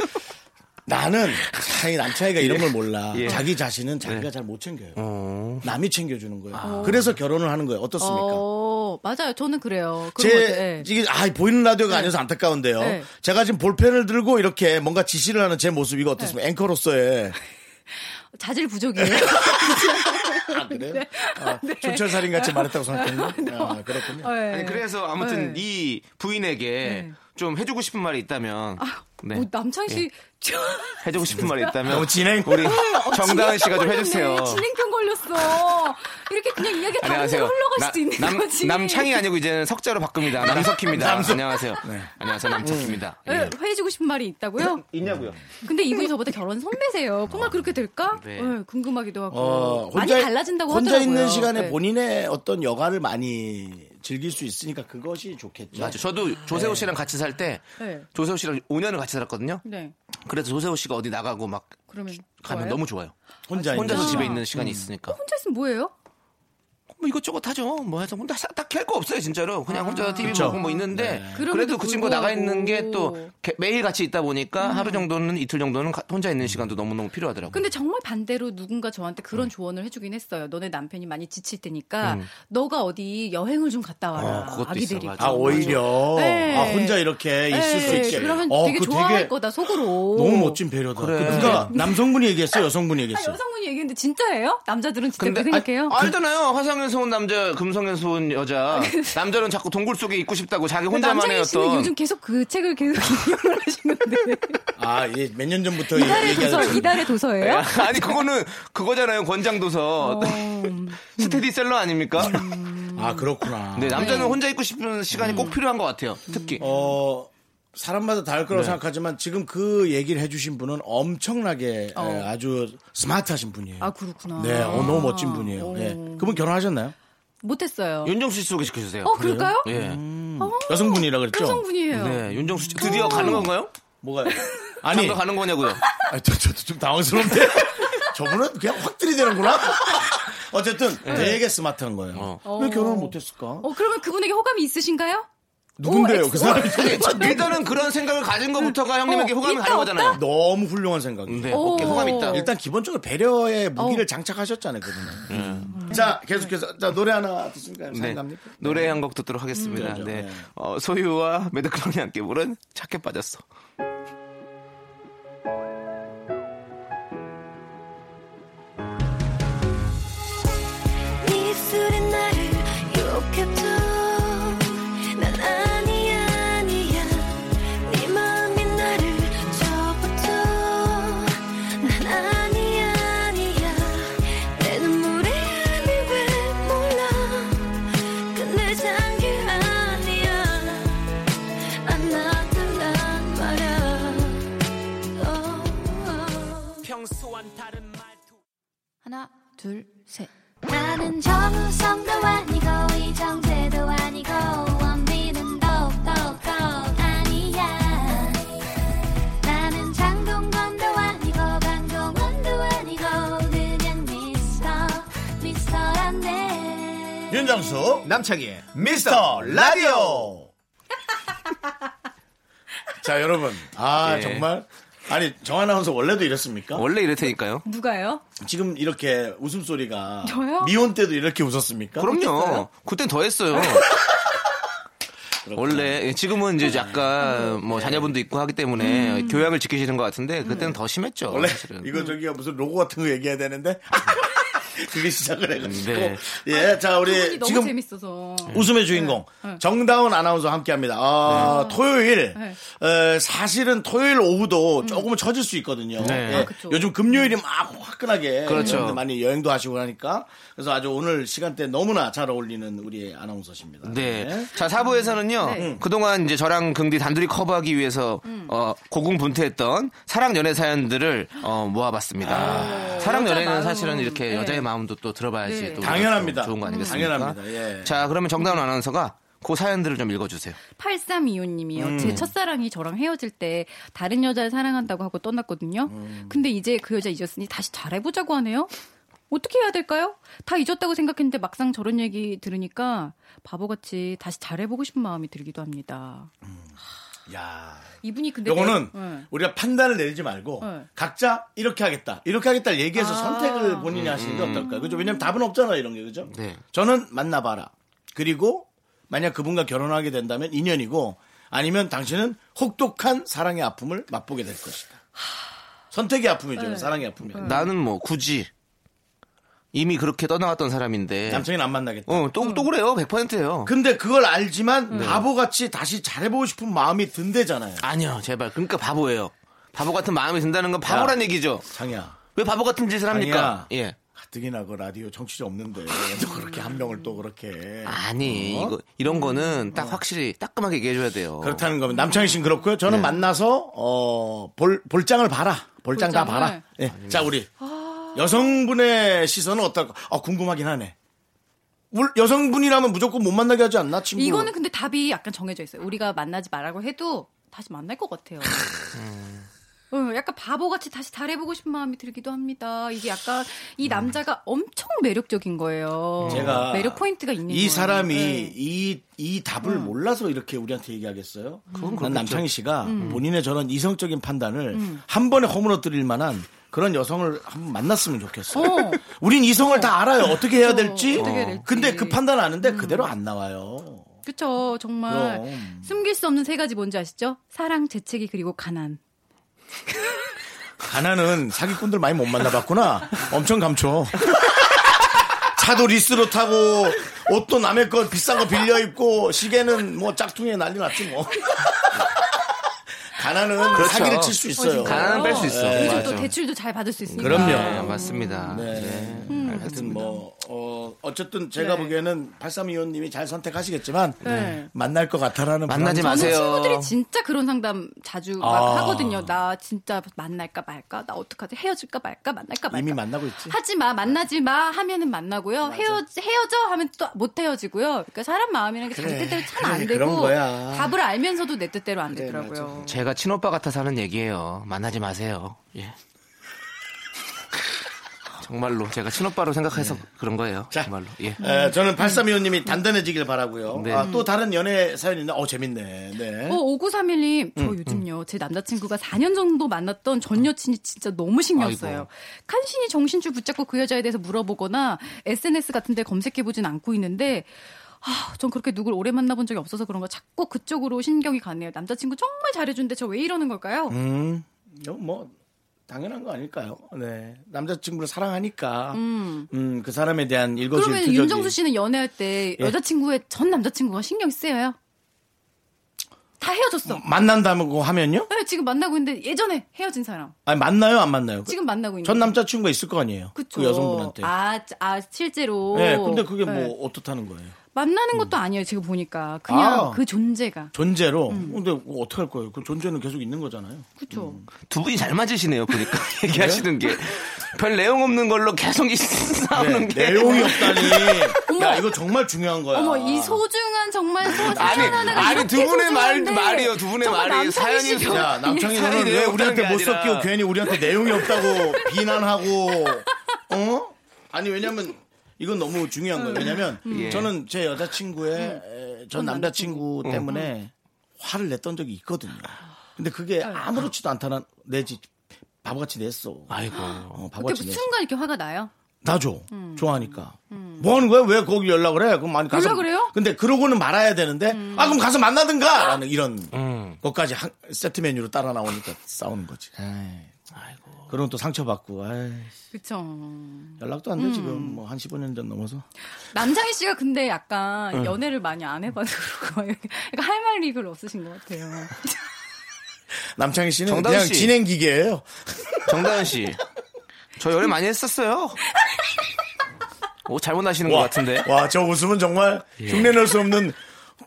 S1: 나는 사실 남창이가 이런 걸 몰라.
S2: [laughs] 예. 어.
S1: 자기 자신은 자기가 잘 못 챙겨요. 남이 챙겨주는 거예요. 그래서 결혼을 하는 거예요. 어떻습니까?
S9: 아. 어, 맞아요. 저는 그래요. 그런 것 같아요. 예.
S1: 제
S9: 네.
S1: 이게 아 보이는 라디오가 아니어서 안타까운데요.
S9: 네.
S1: 제가 지금 볼펜을 들고 이렇게 뭔가 지시를 하는 제 모습 이거 어떻습니까?
S9: 예. [laughs]
S1: 앵커로서의
S9: 네. 자질 부족이에요.
S1: [laughs]
S9: [laughs]
S1: 아 그래요?
S9: 네.
S1: 아, 촌철살인 같이 말했다고
S9: [laughs]
S1: 생각했는데 아, 그렇군요.
S9: 네.
S2: 아니 그래서 아무튼
S9: 네.
S2: 이 부인에게 좀 해주고 싶은 말이 있다면 네.
S9: 뭐 남창희 씨 저-
S2: 해주고 싶은 말이 있다면
S1: 너무 진행
S2: 우리
S9: 어,
S2: 정다은
S9: 진행병
S2: 씨가 좀
S9: 걸렸네.
S2: 해주세요.
S9: 진행병 걸렸어. 이렇게 그냥 이야기 다른
S2: 안녕하세요.
S9: 데로 할 수도 있는
S2: 남,
S9: 거지.
S2: 남창이 아니고 이제는 석자로 바꿉니다.
S9: [laughs]
S2: 남석희입니다. 안녕하세요.
S9: 네.
S2: 안녕하세요. 남석희입니다. 예.
S9: 예, 해주고 싶은 말이
S1: [laughs]
S9: 있다고요?
S2: 있냐고요?
S9: 근데 이분이 저보다 결혼 선배세요. 정말 그렇게 될까?
S2: 네.
S9: 예, 궁금하기도 하고.
S1: 어,
S9: 많이 달라진다고
S1: 혼자
S9: 하더라고요.
S1: 있는 시간에
S9: 네.
S1: 본인의 어떤 여가를 많이 즐길 수 있으니까 그것이 좋겠죠.
S2: 예. 맞아. 저도 조세호 씨랑 같이 살 때
S9: 네.
S2: 조세호 씨랑 5년을 같이 살았거든요.
S9: 네.
S2: 그래서 조세호 씨가 어디 나가고 막
S9: 그러면
S2: 가면
S9: 좋아요? 음.
S2: 너무 좋아요.
S1: 혼자 있는
S2: 혼자서
S1: 시간.
S2: 집에 있는 시간이 있으니까.
S9: 혼자 있으면 뭐예요?
S2: 뭐 이것저것 하죠. 뭐 해서 혼자 사- 딱히 할 거 없어요, 진짜로. 그냥 혼자 TV
S1: 그쵸.
S2: 보고 뭐 있는데 그래도
S9: 아. 네. 그럼에도
S2: 그 친구 나가 있는 게
S9: 불구하고.
S2: 또 매일 같이 있다 보니까
S9: 음.
S2: 하루 정도는 이틀 정도는 가- 혼자 있는 시간도 너무너무 필요하더라고요.
S1: 음.
S9: 근데 정말 반대로 누군가 저한테 그런 조언을 해주긴 했어요. 너네 남편이 많이 지칠 테니까 너가 어디 여행을 좀 갔다 와라.
S2: 음. 어, 그것도
S9: 아기들이.
S2: 있어, 맞아.
S1: 아 오히려
S9: 네.
S1: 아, 혼자 이렇게 있을 수 있게.
S9: 그러면
S1: 어,
S9: 되게
S1: 그거
S9: 좋아할
S1: 되게
S9: 거다 속으로.
S1: 너무 멋진 배려다.
S2: 그래.
S1: 그 누가 남성분이 얘기했어, 여성분이
S9: 아,
S1: 얘기했어.
S9: 여성분이 얘기했는데 진짜예요? 남자들은 진짜 그렇게 생각해요?
S2: 아, 알잖아요. 화성에서 온 남자, 금성에서 온
S9: [laughs]
S2: 여자. 남자는 자꾸 동굴 속에 있고 싶다고 자기 혼자만의
S9: 뭐 남창희 씨는
S2: 어떤
S9: 요즘 계속 그 책을 계속 [laughs] 인용을 하시는데
S1: 아, 예, 몇년 전부터
S9: 이달의 도서
S1: 얘기하는
S9: 이달의 도서예요?
S2: [laughs]
S9: 어,
S2: 아니 그거는 그거잖아요. 권장도서 [laughs] 스테디셀러 아닙니까?
S9: 음.
S1: 아, 그렇구나.
S2: 네 남자는 혼자 있고 싶은 시간이 꼭 필요한 것 같아요.
S9: 음.
S2: 특히
S1: 어, 사람마다 다를
S2: 네.
S1: 거라고 생각하지만 지금 그 얘기를 해주신 분은 엄청나게 예, 아주 스마트하신 분이에요.
S9: 어. 아 그렇구나. 어.
S1: 네, 어, 너무 멋진 분이에요.
S9: 오.
S1: 예. 그분 결혼하셨나요?
S9: 못했어요.
S2: 윤정수 씨 소개시켜 주세요.
S9: 어 그럴까요?
S2: 예.
S1: 음, 어, 여성분이라 그랬죠?
S9: 여성분이에요.
S2: 네, 윤정수
S9: 그
S2: 씨 드디어 가는 건가요?
S1: [laughs] 뭐가요?
S2: 아니
S1: 아니,
S2: 가는
S9: [laughs]
S2: 거냐고요?
S1: 아, 저, 저도 좀 당황스러운데. [laughs] 저분은 그냥 확 들이대는구나. [laughs] 어쨌든 되게 스마트한 거예요. 왜 결혼을 못했을까?
S9: 어 그러면 그분에게 호감이 있으신가요?
S1: 누군데요,
S9: 오,
S1: 그 사람이?
S2: 어,
S1: [laughs]
S2: 아니, 저- 일단은 그런 생각을 가진 것부터가 형님에게
S9: 어,
S2: 호감이
S9: 있다,
S2: 가는 거잖아요.
S1: 너무 훌륭한 생각이에요.
S2: 네,
S9: 오.
S2: 오케이, 호감 있다.
S1: 일단 기본적으로 배려의 무기를
S9: 어.
S1: 장착하셨잖아요, 그분은. 자, 계속해서 자, 노래 하나 듣습니까?
S2: 네,
S1: 상담님.
S2: 노래 한 곡 듣도록 하겠습니다.
S1: 그렇죠.
S2: 네,
S1: 네.
S2: 어, 소유와 매드클론이 함께 부른 착해 빠졌어.
S4: 네 입술이 나를 욕했죠 난 아니야 아니야 네 마음이 나를 접었죠 난 아니야 아니야 내 눈물이 아니 왜 몰라 끝내 잠길 아니야 안 나들란 어, 말야
S9: 하나 둘 셋.
S4: 나는 정우성도 아니고 이정재도 아니고 원빈은 더욱더 아니야 나는 장동건도 아니고 강동원도 아니고 그냥 미스터 미스터란데
S1: 윤정수, 남창희의 미스터 라디오! [laughs] 자, 여러분. 아,
S2: 예.
S1: 정말. 아니, 정아나운서 원래도 이랬습니까?
S2: 원래 이럴 테니까요.
S9: 누가요?
S1: 지금 이렇게 웃음소리가
S9: 저요?
S1: 미혼 때도 이렇게 웃었습니까?
S2: 그럼요. 그땐
S1: [laughs]
S2: 더 했어요. 원래 예, 지금은
S1: 네.
S2: 이제 약간 뭐 자녀분도 있고 하기 때문에 교양을 지키시는 것 같은데 그때는 더 심했죠.
S1: 음. 네. 원래
S2: 사실은.
S1: 이거 저기가 무슨 로고 같은 거 얘기해야
S9: [laughs]
S1: 되는데 [laughs] 그게 시작을 해가지고
S2: 네.
S1: 예, 자 우리
S9: 그분이 너무
S1: 지금
S9: 재밌어서.
S1: 웃음의 주인공
S9: 네.
S1: 정다운 아나운서 함께합니다.
S2: 네.
S1: 아, 토요일
S9: 네.
S1: 에, 사실은 토요일 오후도 조금은 처질 수 있거든요.
S2: 네.
S1: 예,
S2: 아,
S9: 그쵸.
S1: 요즘 금요일이 막 화끈하게
S2: 그렇죠.
S1: 여러분들 많이 여행도 하시고 하니까 그래서 아주 오늘 시간대 너무나 잘 어울리는 우리 아나운서십니다.
S2: 네. 자, 사부에서는요.
S1: 음.
S9: 네.
S2: 그동안 이제 저랑 긍디 단둘이 커버하기 위해서 어, 고군분투했던 사랑 연애 사연들을 어, 모아봤습니다. 사랑
S9: 여자
S2: 연애는
S9: 마음.
S2: 사실은 이렇게
S9: 네.
S2: 여자의 마음도 또 들어봐야지
S9: 네.
S2: 또
S1: 당연합니다.
S2: 좋은 거 아니겠습니까?
S1: 당연합니다. 예.
S2: 자, 그러면 정다운 아나운서가 그 사연들을 좀 읽어주세요.
S9: 8325님이요.
S1: 음.
S9: 제 첫사랑이 저랑 헤어질 때 다른 여자를 사랑한다고 하고 떠났거든요.
S1: 음.
S9: 근데 이제 그 여자 잊었으니 다시 잘해보자고 하네요. 어떻게 해야 될까요? 다 잊었다고 생각했는데 막상 저런 얘기 들으니까 바보같이 다시 잘해보고 싶은 마음이 들기도 합니다.
S1: 야.
S9: 이분이 근데
S1: 요거는
S9: 내- 네.
S1: 우리가 판단을 내리지 말고
S9: 네.
S1: 각자 이렇게 하겠다 이렇게 하겠다 를 얘기해서
S9: 아.
S1: 선택을 본인이 하시는 게 어떨까 그죠 왜냐면 답은 없잖아요 이런 게 그죠
S2: 음. 네.
S1: 저는 만나봐라 그리고 만약 그분과 결혼하게 된다면 인연이고 아니면 당신은 혹독한 사랑의 아픔을 맛보게 될 것이다 선택의 아픔이죠
S9: 네.
S1: 사랑의 아픔이 아니라.
S2: 나는 뭐 굳이 이미 그렇게 떠나갔던 사람인데
S1: 남성이는 안 만나겠다
S2: 어, 또, 또 그래요. 100%예요.
S1: 근데 그걸 알지만
S9: 네.
S1: 바보같이 다시 잘해보고 싶은 마음이 든대잖아요
S2: 아니요. 제발. 그러니까 바보예요. 바보 같은 마음이 든다는 건 바보란 얘기죠.
S1: 장이야
S2: 왜 바보 같은 짓을 합니까?
S1: 아니야.
S2: 예.
S1: 가뜩이나 그 라디오 정치자 없는데 또 그렇게 한 명을 또 그렇게
S2: 아니 이거 이런 거는 딱 확실히 따끔하게 얘기해줘야 돼요.
S1: 그렇다는 거면 남창희 씨는 그렇고요. 저는 만나서 어, 볼 볼장을 봐라. 볼장 다
S9: 볼장을? 아.
S1: 봐라. 예. 자 우리 여성분의 시선은 어떨까? 아 궁금하긴 하네. 물- 여성분이라면 무조건 못 만나게 하지 않나 친구?
S9: 이거는 근데 답이 약간 정해져 있어요. 우리가 만나지 말라고 해도 다시 만날 것 같아요. 어, 약간 바보같이 다시 잘해보고 싶은 마음이 들기도 합니다. 이게 약간 이 남자가 엄청 매력적인 거예요.
S1: 음. 제가
S9: 매력 포인트가 있는
S1: 이
S9: 거예요. 음.
S1: 사람이
S9: 네.
S1: 이, 이 답을 몰라서 이렇게 우리한테 얘기하겠어요? 난
S2: 그렇겠죠.
S1: 남창희 씨가
S9: 음.
S1: 본인의 저런 이성적인 판단을 한 번에 허물어뜨릴 만한 그런 여성을 한번 만났으면 좋겠어요.
S9: 어.
S1: 우린 이성을 다 알아요. 어떻게 해야
S9: 그렇죠.
S1: 될지.
S9: 어떻게 해야 될지. 음.
S1: 근데 그 판단 아는데 그대로 안 나와요.
S9: 그쵸 정말
S1: 그럼.
S9: 숨길 수 없는 세 가지 뭔지 아시죠? 사랑, 재채기 그리고 가난.
S1: 가나는 사기꾼들 많이 못 만나봤구나. 엄청 감춰. [laughs] 차도 리스로 타고 옷도 남의 거 비싼 거 빌려 입고 시계는 뭐 짝퉁에 난리 났지 뭐. [laughs] 가나는 사기를 칠 수 있어요.
S2: 그렇죠. 가난은 뺄 수 있어.
S9: 요즘 또
S2: 맞아.
S9: 대출도 잘 받을 수 있으니까.
S2: 네,
S1: 그럼요.
S2: 맞습니다.
S1: 네.
S2: 네.
S1: 하여튼 뭐 어, 어쨌든 제가 보기에는 8325님이 잘 선택하시겠지만
S9: 네.
S1: 만날 것 같아라는 불안감.
S2: 만나지 마세요.
S9: 친구들이 진짜 그런 상담 자주 막
S1: 아.
S9: 하거든요. 나 진짜 만날까 말까, 나 어떡하지, 헤어질까 말까, 만날까 말까.
S1: 이미 만나고 있지.
S9: 하지 마, 만나지 마 하면은 만나고요. 헤어 헤어져 하면 또 못 헤어지고요. 그러니까 사람 마음이라는 게
S1: 그래,
S9: 자기 뜻대로 참 안
S1: 그래,
S9: 되고
S1: 그런 거야.
S9: 답을 알면서도 내 뜻대로 안 되더라고요.
S2: 제가 친오빠 같아서 하는 얘기예요. 만나지 마세요. 예. 정말로 제가 친오빠로 생각해서 그런 거예요.
S1: 네. 자.
S2: 정말로. 예.
S1: 에, 저는 8325님이 단단해지길 바라고요.
S2: 네.
S1: 아, 또 다른 연애 사연이 있나? 어 재밌네. 네.
S9: 어, 5931님, 저 요즘요, 제 남자친구가 4년 정도 만났던 전 여친이 진짜 너무 신경
S2: 아이고.
S9: 써요. 간신히 정신줄 붙잡고 그 여자에 대해서 물어보거나 SNS 같은 데 검색해보진 않고 있는데, 아, 전 그렇게 누굴 오래 만나본 적이 없어서 그런가 자꾸 그쪽으로 신경이 가네요. 남자친구 정말 잘해준데 저 왜 이러는 걸까요?
S1: 음, 이거 뭐 당연한 거 아닐까요? 네, 남자친구를 사랑하니까, 음, 그 사람에 대한 일거질
S9: 그러면
S1: 투족이-
S9: 윤정수 씨는 연애할 때
S1: 예.
S9: 여자친구의 전 남자친구가 신경 쓰여요? 다
S1: 음.
S9: 헤어졌어.
S1: 만난다고 하면요?
S9: 네, 지금 만나고 있는데 예전에 헤어진 사람.
S1: 아니 만나요, 안 만나요? 그-
S9: 지금 만나고 있는
S1: 전 남자친구가 있을 거 아니에요?
S9: 그쵸.
S1: 그 여성분한테.
S9: 아, 자- 아 실제로.
S1: 네, 근데 그게 뭐
S9: 네.
S1: 어떻다는 거예요?
S9: 만나는 것도 아니에요. 제가 보니까 그냥
S1: 아.
S9: 그 존재가
S1: 존재로.
S9: 음.
S1: 근데 뭐 어떻게 할 거예요? 그 존재는 계속 있는 거잖아요.
S9: 그렇죠.
S2: 두 분이 잘
S1: [laughs]
S2: 맞으시네요. 보니까 얘기하시는 게. 별 내용 없는 걸로 계속 이 [laughs]
S9: 아,
S2: 싸우는 게.
S1: 네, 내용이
S9: [laughs]
S1: 없다니. 야, 이거 정말 중요한 거야.
S9: 그러니까 어머 이 소중한 정말 소- 사연
S2: 아니,
S9: 하나가
S2: 아니,
S9: 이렇게
S2: 두 분의 말-
S9: 소중한데
S2: 말이에요. 두 분의
S9: 정말
S2: 말이.
S9: 남창희
S2: 사연이
S9: 씨가- 그러니까
S1: 야, 남창희
S2: 사연이
S1: 너는 왜
S2: 내용
S1: 우리한테
S2: 없다는
S1: 못
S2: 게 아니라.
S1: 섞이고 괜히 우리한테 내용이 없다고 비난하고, 어? 아니, 왜냐면, 이건 너무 중요한 거예요. 왜냐면,
S2: 예. 음.
S1: 저는 제 여자친구의, 에, 전 남자친구 때문에 화를 냈던 적이 있거든요. 근데 그게
S2: 음.
S1: 아무렇지도 않다는, 내지, 바보같이 냈어.
S2: 아이고.
S1: 어,
S9: 그때
S1: 바보같이
S9: 뭐
S1: 냈어.
S9: 순간 이렇게 화가 나요.
S1: 나죠. 좋아하니까. 뭐 하는 거야? 왜 거기 연락을 해? 그럼 많이 가서.
S9: 음.
S1: 뭐-
S9: 연락을 해요?
S1: 근데 그러고는 말아야 되는데, 아, 그럼 가서 만나든가! 라는 이런
S2: 음.
S1: 것까지 한- 세트 메뉴로 따라 나오니까 싸우는 거지.
S2: 음.
S1: 아이고. 그럼 또 상처받고, 아이,
S9: 그렇죠.
S1: 연락도
S9: 음.
S1: 안 돼, 지금. 뭐, 한 15년 전 넘어서.
S9: 남창희 씨가 근데 약간 연애를 많이 안 해봐서 그런 거예요. 그러니까 할 말이 별로 없으신 것 같아요.
S1: 남창희 씨는
S2: 정다은
S1: 그냥
S2: 씨.
S1: 진행기계예요
S2: 정다현 씨. 저 연애 많이 했었어요. 오, 잘못 아시는 것 같은데. 예.
S1: 와, 저 웃음은 정말 흉내 낼 수 없는,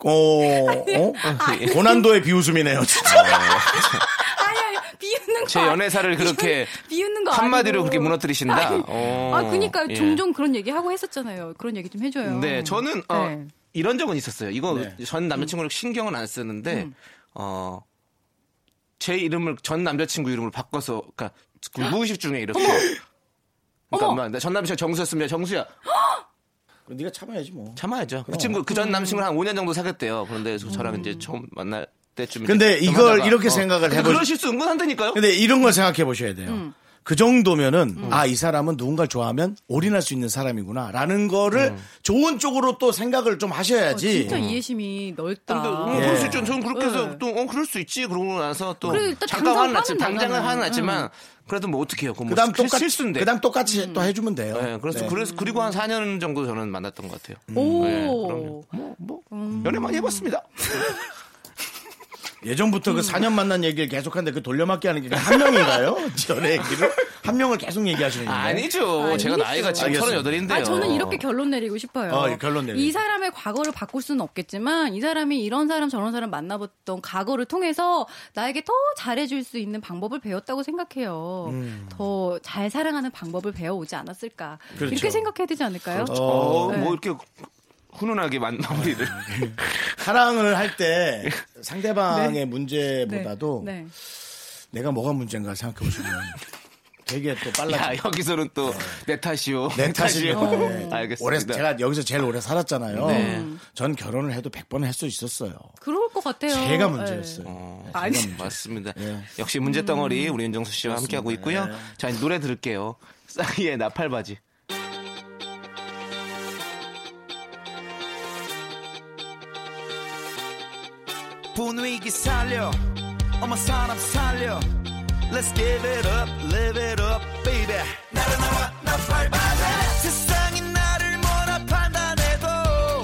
S1: 어,
S2: [laughs]
S1: 어?
S2: 예.
S1: 고난도의 비웃음이네요, 진짜.
S9: 아니 아니 비웃는 거.
S2: 제
S9: 아니-
S2: 연애사를 그렇게
S9: 비웃는 거
S2: 한마디로
S9: 아니고.
S2: 그렇게 무너뜨리신다? 어.
S9: 아, 그니까
S2: 예.
S9: 종종 그런 얘기 하고 했었잖아요. 그런 얘기 좀 해줘요.
S2: 네, 음. 저는 어,
S9: 네.
S2: 이런 적은 있었어요. 이거
S1: 네.
S2: 전 남자친구를 신경은 안 쓰는데 어. 제 이름을 전 남자친구 이름으로 바꿔서 그러니까 그 무의식 중에 이렇게 그러니까 막전 남자친구 정수였으면 정수야
S1: 그럼 네가 참아야지, 뭐.
S2: 참아야죠. 그 친구 그 전 남친구를 한 5년 정도 사귀었대요. 그런데 저- 저랑 이제 처음 만날 때쯤 이제
S1: 근데
S2: 좀
S1: 이걸
S2: 하다가, 어.
S1: 이렇게 생각을
S2: 근데
S1: 해보시-
S2: 그런 실수 은근 한다니까요.
S1: 근데 이런 걸 생각해 보셔야 돼요.
S9: 음.
S1: 그 정도면은 아 이 사람은 누군가를 좋아하면 올인할 수 있는 사람이구나라는 거를
S2: 음.
S1: 좋은 쪽으로 또 생각을 좀 하셔야지.
S9: 어, 진짜 이해심이 넓다.
S2: 근데 어, 그럴 수 있죠. 저는 그렇게 해서 또 어, 그럴 수 있지. 그러고 나서 또
S9: 그래, 일단
S2: 잠깐
S9: 당장
S2: 화는 났지.
S9: 화는
S2: 당장은
S9: 나잖아.
S2: 화는 났지만 그래도 뭐 어떻게 해요. 그뭐
S1: 그다음
S2: 실-
S1: 똑같이
S2: 실수인데.
S1: 그다음 똑같이 또 해주면 돼요.
S2: 네, 그래서
S1: 네.
S2: 그래서 그리고 한 4년 정도 저는 만났던 것 같아요.
S9: 오.
S2: 네, 그럼요. 뭐, 뭐 연애 많이 해봤습니다.
S9: 음.
S1: [laughs] 예전부터 그 4년 만난 얘기를 계속하는데 그 돌려막기 하는 게 한 명인가요? 전의 얘기를 한 명을 계속 얘기하시는 거예요.
S2: 아니죠.
S9: 아니죠.
S2: 제가 나이가 지금
S1: 음. 알겠습니다.
S2: 38인데요.
S9: 아, 저는 이렇게 결론 내리고 싶어요.
S1: 어, 예, 결론 내리고.
S9: 이 사람의 과거를 바꿀 수는 없겠지만 이 사람이 이런 사람 저런 사람 만나봤던 과거를 통해서 나에게 더 잘해줄 수 있는 방법을 배웠다고 생각해요. 더 잘 사랑하는 방법을 배워오지 않았을까.
S1: 음. 그렇죠.
S9: 이렇게 생각해야 되지 않을까요?
S2: 어,
S9: 네.
S2: 뭐 이렇게 훈훈하게 만 마무리를.
S1: 사랑을 할 때 상대방의 문제보다도
S9: 네.
S1: 내가 뭐가 문제인가 생각해 보시면 되게 또
S2: 야,
S1: 빨라져.
S2: 여기서는 또 내 탓이요.
S1: 네. 내 탓이요. 네.
S2: [laughs] 알겠습니다.
S1: 오래 제가 여기서 제일 오래 살았잖아요.
S2: 네.
S1: 전 결혼을 해도 100번 할 수 있었어요.
S9: 그럴 것 같아요.
S1: 제가
S9: 네.
S1: 문제였어요.
S9: 아니.
S2: 맞습니다. 역시 문제 덩어리 우리 윤정수 씨와 함께하고 있고요. 자, 이제 노래 들을게요. 싸이의 나팔바지.
S10: 분위기 살려 어머 사람 살려 Let's give it up, live it up, baby 나른나와 나팔바다 세상이 나를 뭐라 판단해도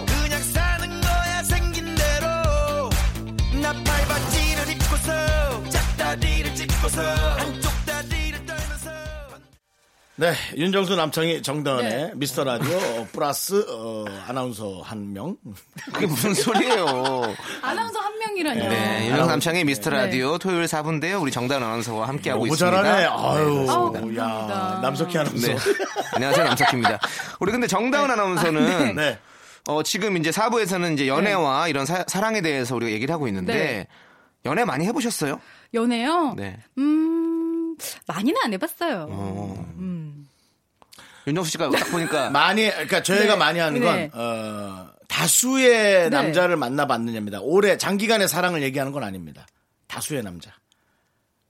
S10: 그냥 사는 거야 생긴 대로 나팔바지를 입고서 짝다리를 짚고서 한쪽 다리를 떨면서
S1: 네, 윤정수 남창희 정다은의
S9: 네.
S1: 미스터 라디오 [laughs] 어, 플러스 어, 아나운서 한 명.
S2: 그게 무슨 소리예요?
S9: 아나운서 한 명이라뇨.
S2: 네, 윤정수 남창의 미스터 라디오 토요일 4분인데요. 우리 정다은 아나운서와 함께하고
S1: 너무
S2: 있습니다.
S1: 잘하네. 아유,
S9: 아우,
S1: 야,
S9: 감사합니다.
S1: 남석희 아나운서.
S2: [laughs] 네. 안녕하세요, 남석희입니다. 우리 근데 정다은 아나운서는
S1: 네.
S2: 어, 지금 이제 4부에서는 이제 연애와 이런 사, 랑에 대해서 우리가 얘기를 하고 있는데
S9: 네.
S2: 연애 많이 해보셨어요?
S9: 연애요?
S2: 네.
S9: 음, 많이는 안 해봤어요.
S2: 윤정수 씨가
S1: [laughs]
S2: 딱 보니까
S1: 많이, 그러니까 저희가
S9: 네.
S1: 많이 하는 건,
S9: 네.
S1: 어, 다수의
S9: 네.
S1: 남자를 만나봤느냐입니다. 오래, 장기간의 사랑을 얘기하는 건 아닙니다. 다수의 남자.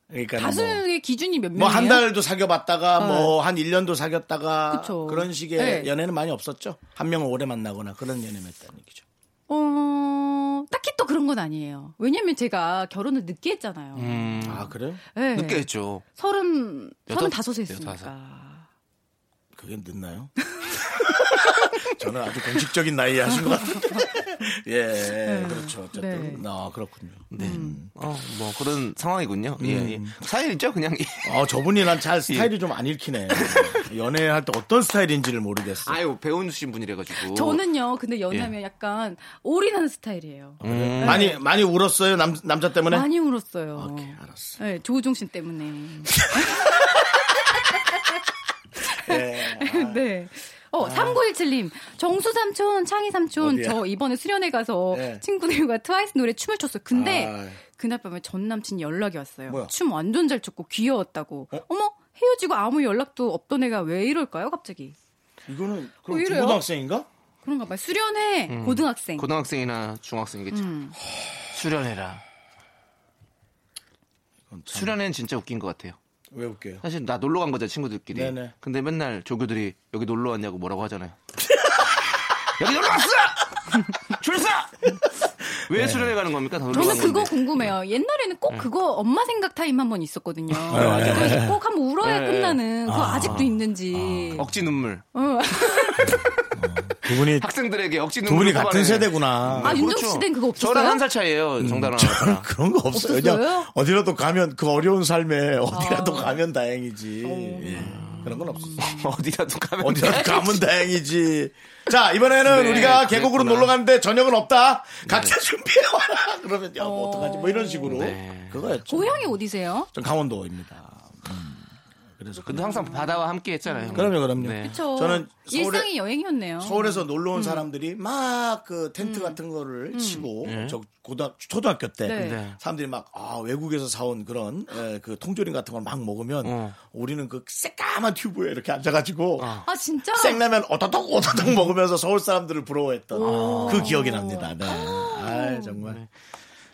S1: 그러니까
S9: 다수의 기준이 몇 명이에요?
S1: 뭐, 한 달도 사귀어봤다가, 뭐, 한 1년도 사귀었다가,
S9: 아. 그쵸.
S1: 그런 식의
S9: 네.
S1: 연애는 많이 없었죠. 한 명을 오래 만나거나 그런 연애만 했다는 얘기죠.
S9: 어, 딱히 또 그런 건 아니에요. 왜냐면 제가 결혼을 늦게 했잖아요.
S1: 아, 그래요?
S9: 네.
S2: 늦게 했죠.
S9: 서른,
S2: 여덟?
S9: 서른 다섯에
S2: 여덟.
S9: 했으니까.
S1: 그게 늦나요? [laughs] 저는 아주 공식적인 나이에 하신 것
S9: [laughs]
S1: 같은데. 예,
S9: 네.
S1: 그렇죠. 어쨌든. 아, 그렇군요.
S2: 네.
S1: 음.
S2: 어, 뭐 그런 상황이군요. 예, 예. 사연 있죠, 그냥.
S1: 아, 저분이 난
S9: 예.
S1: 잘 스타일이 좀 안 읽히네. 연애할 때 어떤 스타일인지를 모르겠어.
S2: 아유, 배우신 분이래가지고.
S9: 저는요, 근데 연하면 약간 올인하는 스타일이에요.
S1: 네. 음. 많이, 많이 울었어요? 남, 남자 때문에?
S9: 네. 많이 울었어요.
S1: 오케이, 알았어.
S9: 네, 조우종 씨 때문에.
S1: 예.
S9: [laughs] 네. 어, 3917님. 정수 삼촌, 창희 삼촌,
S1: 아. 어디야?
S9: 저 이번에 수련회 가서
S1: 네.
S9: 친구들과 트와이스 노래 춤을 췄어요. 근데
S1: 아이.
S9: 그날 밤에 전 남친 연락이 왔어요.
S1: 뭐야?
S9: 춤 완전 잘 췄고 귀여웠다고. 어? 머 헤어지고 아무 연락도 없던 애가 왜 이럴까요, 갑자기?
S1: 이거는,
S9: 왜
S1: 그럼
S9: 이래요?
S1: 중고등학생인가?
S9: 그런가 봐요. 수련회,
S1: 음.
S9: 고등학생.
S2: 고등학생이나 중학생이겠죠.
S9: 음.
S2: 수련해라. 수련회는 진짜 웃긴 것 같아요.
S1: 왜 웃겨요?
S2: 사실 나 놀러 간 거잖아, 친구들끼리.
S1: 네네.
S2: 근데 맨날 조교들이 여기 놀러 왔냐고 뭐라고
S1: [laughs]
S2: 하잖아요. 여기 놀러 왔어! 출사! 왜
S1: 네.
S2: 수련회 가는 겁니까? 다 놀러
S9: 저는
S2: 간
S9: 그거
S2: 건데.
S9: 궁금해요. 옛날에는 꼭 그거 엄마 생각 타임 한 번 있었거든요. 그래서 꼭 한번 울어야
S2: 네.
S9: 끝나는 그거 아직도 있는지.
S2: 억지 눈물.
S9: 어.
S1: 두 분이,
S2: 학생들에게 억지
S1: 두
S2: 눈물.
S1: 분이 같은 세대구나.
S9: 아, 윤정수 씨는 그거 없었어요?
S2: 저랑 한 살 차이에요,
S1: 음,
S2: 정다랑.
S1: [laughs]
S2: 저랑. [laughs]
S1: 그런 거 없어요. 그냥
S9: 없었어요? 아.
S1: 어디라도 가면 그 어려운 삶에 어디라도 가면 다행이지.
S9: 어.
S1: 예. 그런 건 없었어요.
S2: 어디라도 가면.
S1: 어디라도 가면 다행이지. 자 이번에는
S2: 네,
S1: 우리가 계곡으로
S2: 그랬구나. 네.
S1: 놀러 갔는데 저녁은 없다. 각자 준비해 와라. [laughs] 그러면 야뭐 어떡하지? 뭐 이런 식으로
S2: 네.
S1: 그거였죠.
S9: 고향이 어디세요?
S1: 전 강원도입니다. 음, 그래서
S2: 근데 항상 바다와 함께 했잖아요.
S1: 그럼요, 그럼요.
S2: 네.
S9: 저
S1: 저는 서울에-
S9: 일상이 여행이었네요.
S1: 서울에서 놀러
S9: 음.
S1: 온 사람들이 막 그 텐트 같은 거를 치고
S2: 예.
S1: 저 고등학 초등학교 때
S9: 네.
S2: 네.
S1: 사람들이 막 아, 외국에서 사온 그런 에, 그 통조림 같은 걸 막 먹으면
S2: 어.
S1: 우리는 그 새까만 튜브에 이렇게 앉아가지고
S9: 아 진짜?
S1: 생라면 오다닥 오다닥 먹으면서 서울 사람들을 부러워했던 그 기억이 납니다. 네. 아 정말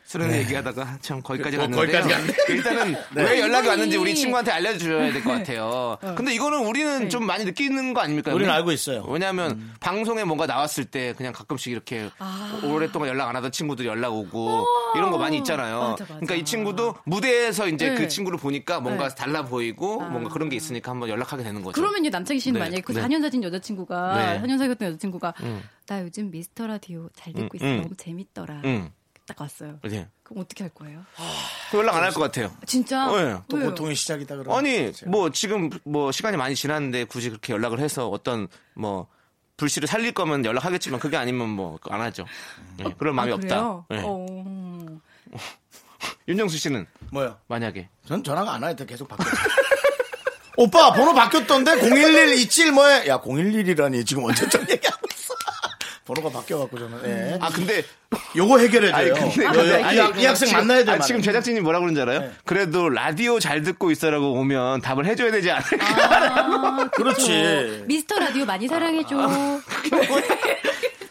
S2: 수련회 얘기하다가 참 거기까지
S1: 네. 어, 거-
S2: 갔는데
S1: 거기까지 갔네.
S2: 일단은 왜 연락이
S9: 이분이-
S2: 왔는지 우리 친구한테 알려줘야 될
S9: 네.
S2: 것 같아요. 근데 이거는 우리는 좀 많이 느끼는 거 아닙니까?
S1: 우리는
S2: 근데?
S1: 알고 있어요. 음.
S2: 왜냐하면 방송에 뭔가 나왔을 때 그냥 가끔씩 이렇게
S9: 아.
S2: 오랫동안 연락 안 하던 친구들이 연락 오고 이런 거 많이 있잖아요.
S9: 어. 맞아, 맞아.
S2: 그러니까 이 친구도 무대에서 이제
S9: 네.
S2: 그 친구를 보니까 뭔가
S9: 네.
S2: 달라 보이고 뭔가 그런 게 있으니까 한번 연락하게 되는 거죠.
S9: 그러면 이제 남창희 씨는
S2: 네.
S9: 만약에 그
S2: 네.
S9: 4년 사귄 여자친구가
S2: 네.
S9: 4년 사귀었던 여자친구가 나 요즘 미스터 라디오 잘 듣고 있어 너무 재밌더라.
S2: 음.
S9: 갔다가 왔어요.
S2: 네.
S9: 그럼 어떻게 할 거예요? 아,
S2: 그 연락 안 할 것 같아요.
S9: 진짜?
S2: 네.
S1: 또
S9: 왜요?
S1: 고통의 시작이다 그러
S2: 아니 뭐 지금 뭐 시간이 많이 지났는데 굳이 그렇게 연락을 해서 어떤 뭐 불씨를 살릴 거면 연락하겠지만 그게 아니면 뭐 안 하죠. 예, 그럴 마음이
S9: 아,
S2: 없다.
S9: 그래요?
S2: 예.
S9: 어.
S2: 윤정수 씨는
S1: 뭐요?
S2: 만약에
S1: 전 전화가 안 와요. [laughs] 다 계속 바뀌었어. 오빠 번호 바뀌었던데 011 27 뭐해? 야 011이라니 지금 언제쯤 얘기하고 있어? [laughs] 번호가 바뀌어갖고 저는 예.
S2: 아 근데
S1: 요거 해결해
S2: 아니
S1: 줘요.
S2: 근데
S1: 요- 요- 아,
S2: 이게
S1: 이 학생
S2: 지금-
S1: 만나야 네. 돼.
S2: 아니, 지금 제작진이 뭐라 그러는 줄 알아요? 그래도 라디오 잘 듣고 있어라고 오면 답을 해줘야 되지 않을까?
S9: 아,
S1: 그렇지.
S9: 미스터 라디오 많이 사랑해줘.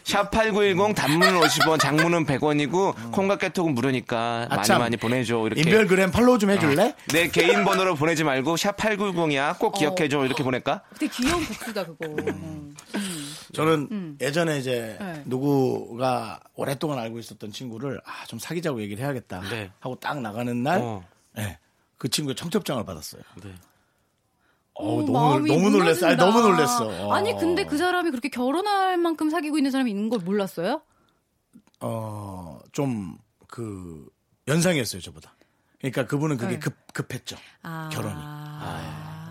S2: 샵8910 단문은 50원, 장문은 100원이고 콩과 깨톡은 무료니까 많이
S1: 음. 아참.
S2: 많이 보내줘 이렇게. 아, 네.
S1: 인별그램 팔로우 좀 해줄래?
S2: 내 개인 번호로 보내지 말고 샵8910이야
S9: 어.
S2: 꼭 기억해줘 이렇게 보낼까?
S9: 되게 귀여운 복수다 그거. 음.
S1: 저는 예전에 이제
S9: 네.
S1: 누구가 오랫동안 알고 있었던 친구를 아, 좀 사귀자고 얘기를 해야겠다
S2: 네.
S1: 하고 딱 나가는 날,
S2: 어.
S1: 예, 그 친구의 청첩장을 받았어요.
S2: 네.
S1: 어우,
S9: 어,
S1: 너무,
S9: 마음이
S1: 너무 놀랐어. 아니,
S9: 무너진다.
S1: 너무 놀랐어. 어.
S9: 아니 근데 그 사람이 그렇게 결혼할 만큼 사귀고 있는 사람이 있는 걸 몰랐어요?
S1: 어, 좀 그 연상이었어요, 저보다. 그러니까 그분은 그게
S9: 네.
S1: 급, 급했죠.
S9: 아.
S1: 결혼이.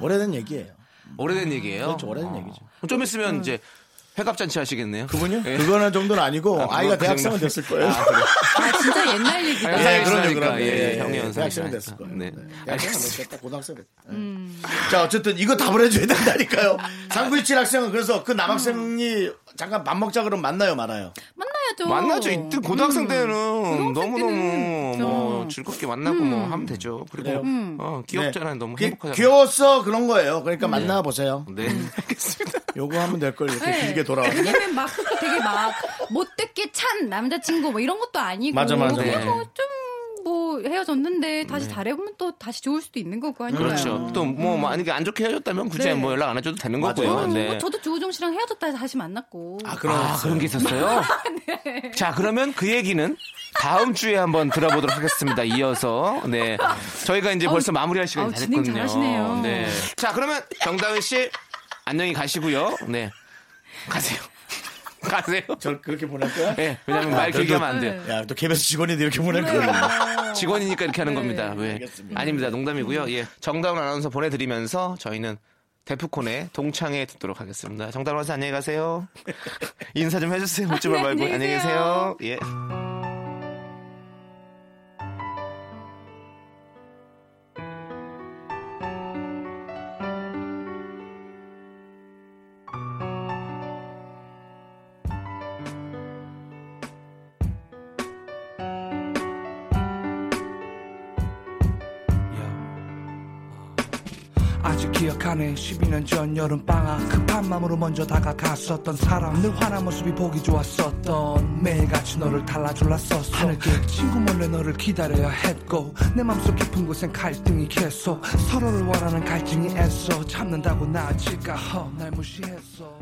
S1: 오래된 얘기예요.
S2: 오래된 얘기예요. 어.
S1: 그렇죠, 오래된 음. 얘기죠.
S2: 좀 있으면 이제 회갑잔치 하시겠네요.
S1: 그분요?
S2: 예.
S1: 그거는 정도는 아니고
S2: 아, 그건
S1: 아, 이가
S2: 그
S1: 대학생은
S2: 정도.
S1: 됐을 거예요.
S2: 아, 그래요?
S9: 아 진짜 옛날 얘기다.
S2: 예,
S1: 예, 그럼요,
S2: 연상이니까.
S1: 그럼요.
S2: 예,
S1: 예,
S2: 예, 형이
S1: 예,
S2: 연상이니까.
S1: 대학생은 됐을 거예요.
S2: 네.
S1: 네. 대학생은 됐다, 고등학생 됐다. 예.
S9: 음.
S1: 자, 어쨌든 이거 답을 해줘야 된다니까요. 3927 학생은 그래서 그 남학생이 잠깐 밥 먹자 그러면 만나요, 말아요? 네.
S9: 만나야죠. 음.
S2: 만나죠. 이때 고등학생 때는
S9: 고등학생
S2: 너무너무
S9: 때는
S2: 뭐
S9: 좀-
S2: 즐겁게 만나고 뭐 하면 되죠.
S1: 그래요? 네.
S2: 그리고 어, 귀엽잖아요. 너무
S1: 귀-
S2: 행복하잖아요.
S1: 귀여웠어, 그런 거예요. 그러니까 만나보세요.
S2: [laughs] 네. 알겠습니다.
S1: 요거 하면 될 걸 이렇게
S9: 네.
S1: 길게 돌아와서.
S9: 왜냐면 막 되게 막 못됐게 찬 남자친구 뭐 이런 것도 아니고
S1: 맞아, 네. 맞아.
S9: 그냥
S2: 네.
S9: 뭐좀 뭐 헤어졌는데 다시 잘해보면 또 다시 좋을 수도 있는 거고 아니까요.
S2: 그렇죠.
S1: 음.
S2: 또 뭐 만약에 안 좋게 헤어졌다면 굳이
S9: 네.
S2: 뭐 연락 안 해줘도 되는 거고요.
S9: 어,
S2: 네.
S9: 뭐 저도 조우종 씨랑 헤어졌다 다시 만났고.
S1: 아, 그런,
S2: 아, 그런 게
S9: [laughs]
S2: 있었어요?
S9: 네.
S2: 자, 그러면 그 얘기는 다음 주에 한번 들어보도록 하겠습니다. 이어서. 네. 저희가 이제 벌써 마무리할 시간이
S9: 아우,
S2: 다
S9: 진행
S2: 됐거든요.
S9: 잘하시네요.
S2: 네. 자, 그러면 정다은 씨, 안녕히 가시고요. 네. 가세요. [laughs] 가세요.
S1: 저 그렇게 보낼 거야?
S2: 네, 왜냐면 말 길게 하면 안 돼요.
S1: [laughs] 야, 또 KBS 직원인데 이렇게 보낼 거야.
S9: 네.
S2: 직원이니까 이렇게 하는 겁니다. 왜?
S1: 알겠습니다.
S2: 아닙니다. 농담이고요. 예. 정다운 아나운서 보내드리면서 저희는 데프콘의 동창회 듣도록 하겠습니다. 정다운 아나운서 안녕히
S9: [laughs]
S2: 가세요. 인사 좀 해주세요. 웃지
S9: 네,
S2: 말 말고.
S9: 안녕히
S2: 안녕히 계세요. 예.
S8: 아직 기억하네 12년 전 여름방학 급한 마음으로 먼저 다가갔었던 사람 늘 화난 모습이 보기 좋았었던 매일같이 너를 달라줄랐었어 하늘길 친구 몰래 너를 기다려야 했고 내 맘속 깊은 곳엔 갈등이 계속 서로를 원하는 갈증이 애써 참는다고 나아질까 허, 날 무시했어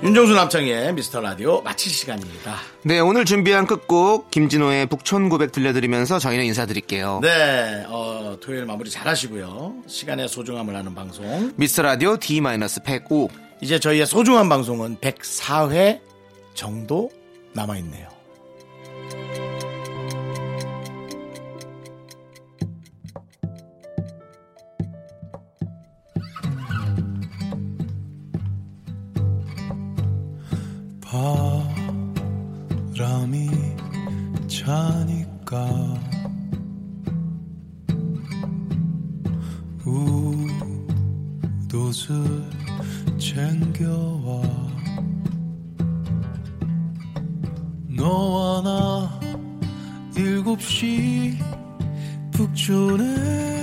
S1: 윤정수 남창의 미스터 라디오 마칠 시간입니다.
S2: 네, 오늘 준비한 끝곡 김진호의 북촌 고백 들려드리면서 저희는 인사드릴게요.
S1: 네, 어, 토요일 마무리 잘 하시고요. 시간의 소중함을 아는 방송.
S2: 미스터 라디오 D-105.
S1: 이제 저희의 소중한 방송은 104회 정도 남아있네요.
S10: 바람이 차니까 우도를 챙겨와 너와 나 일곱 시 북촌에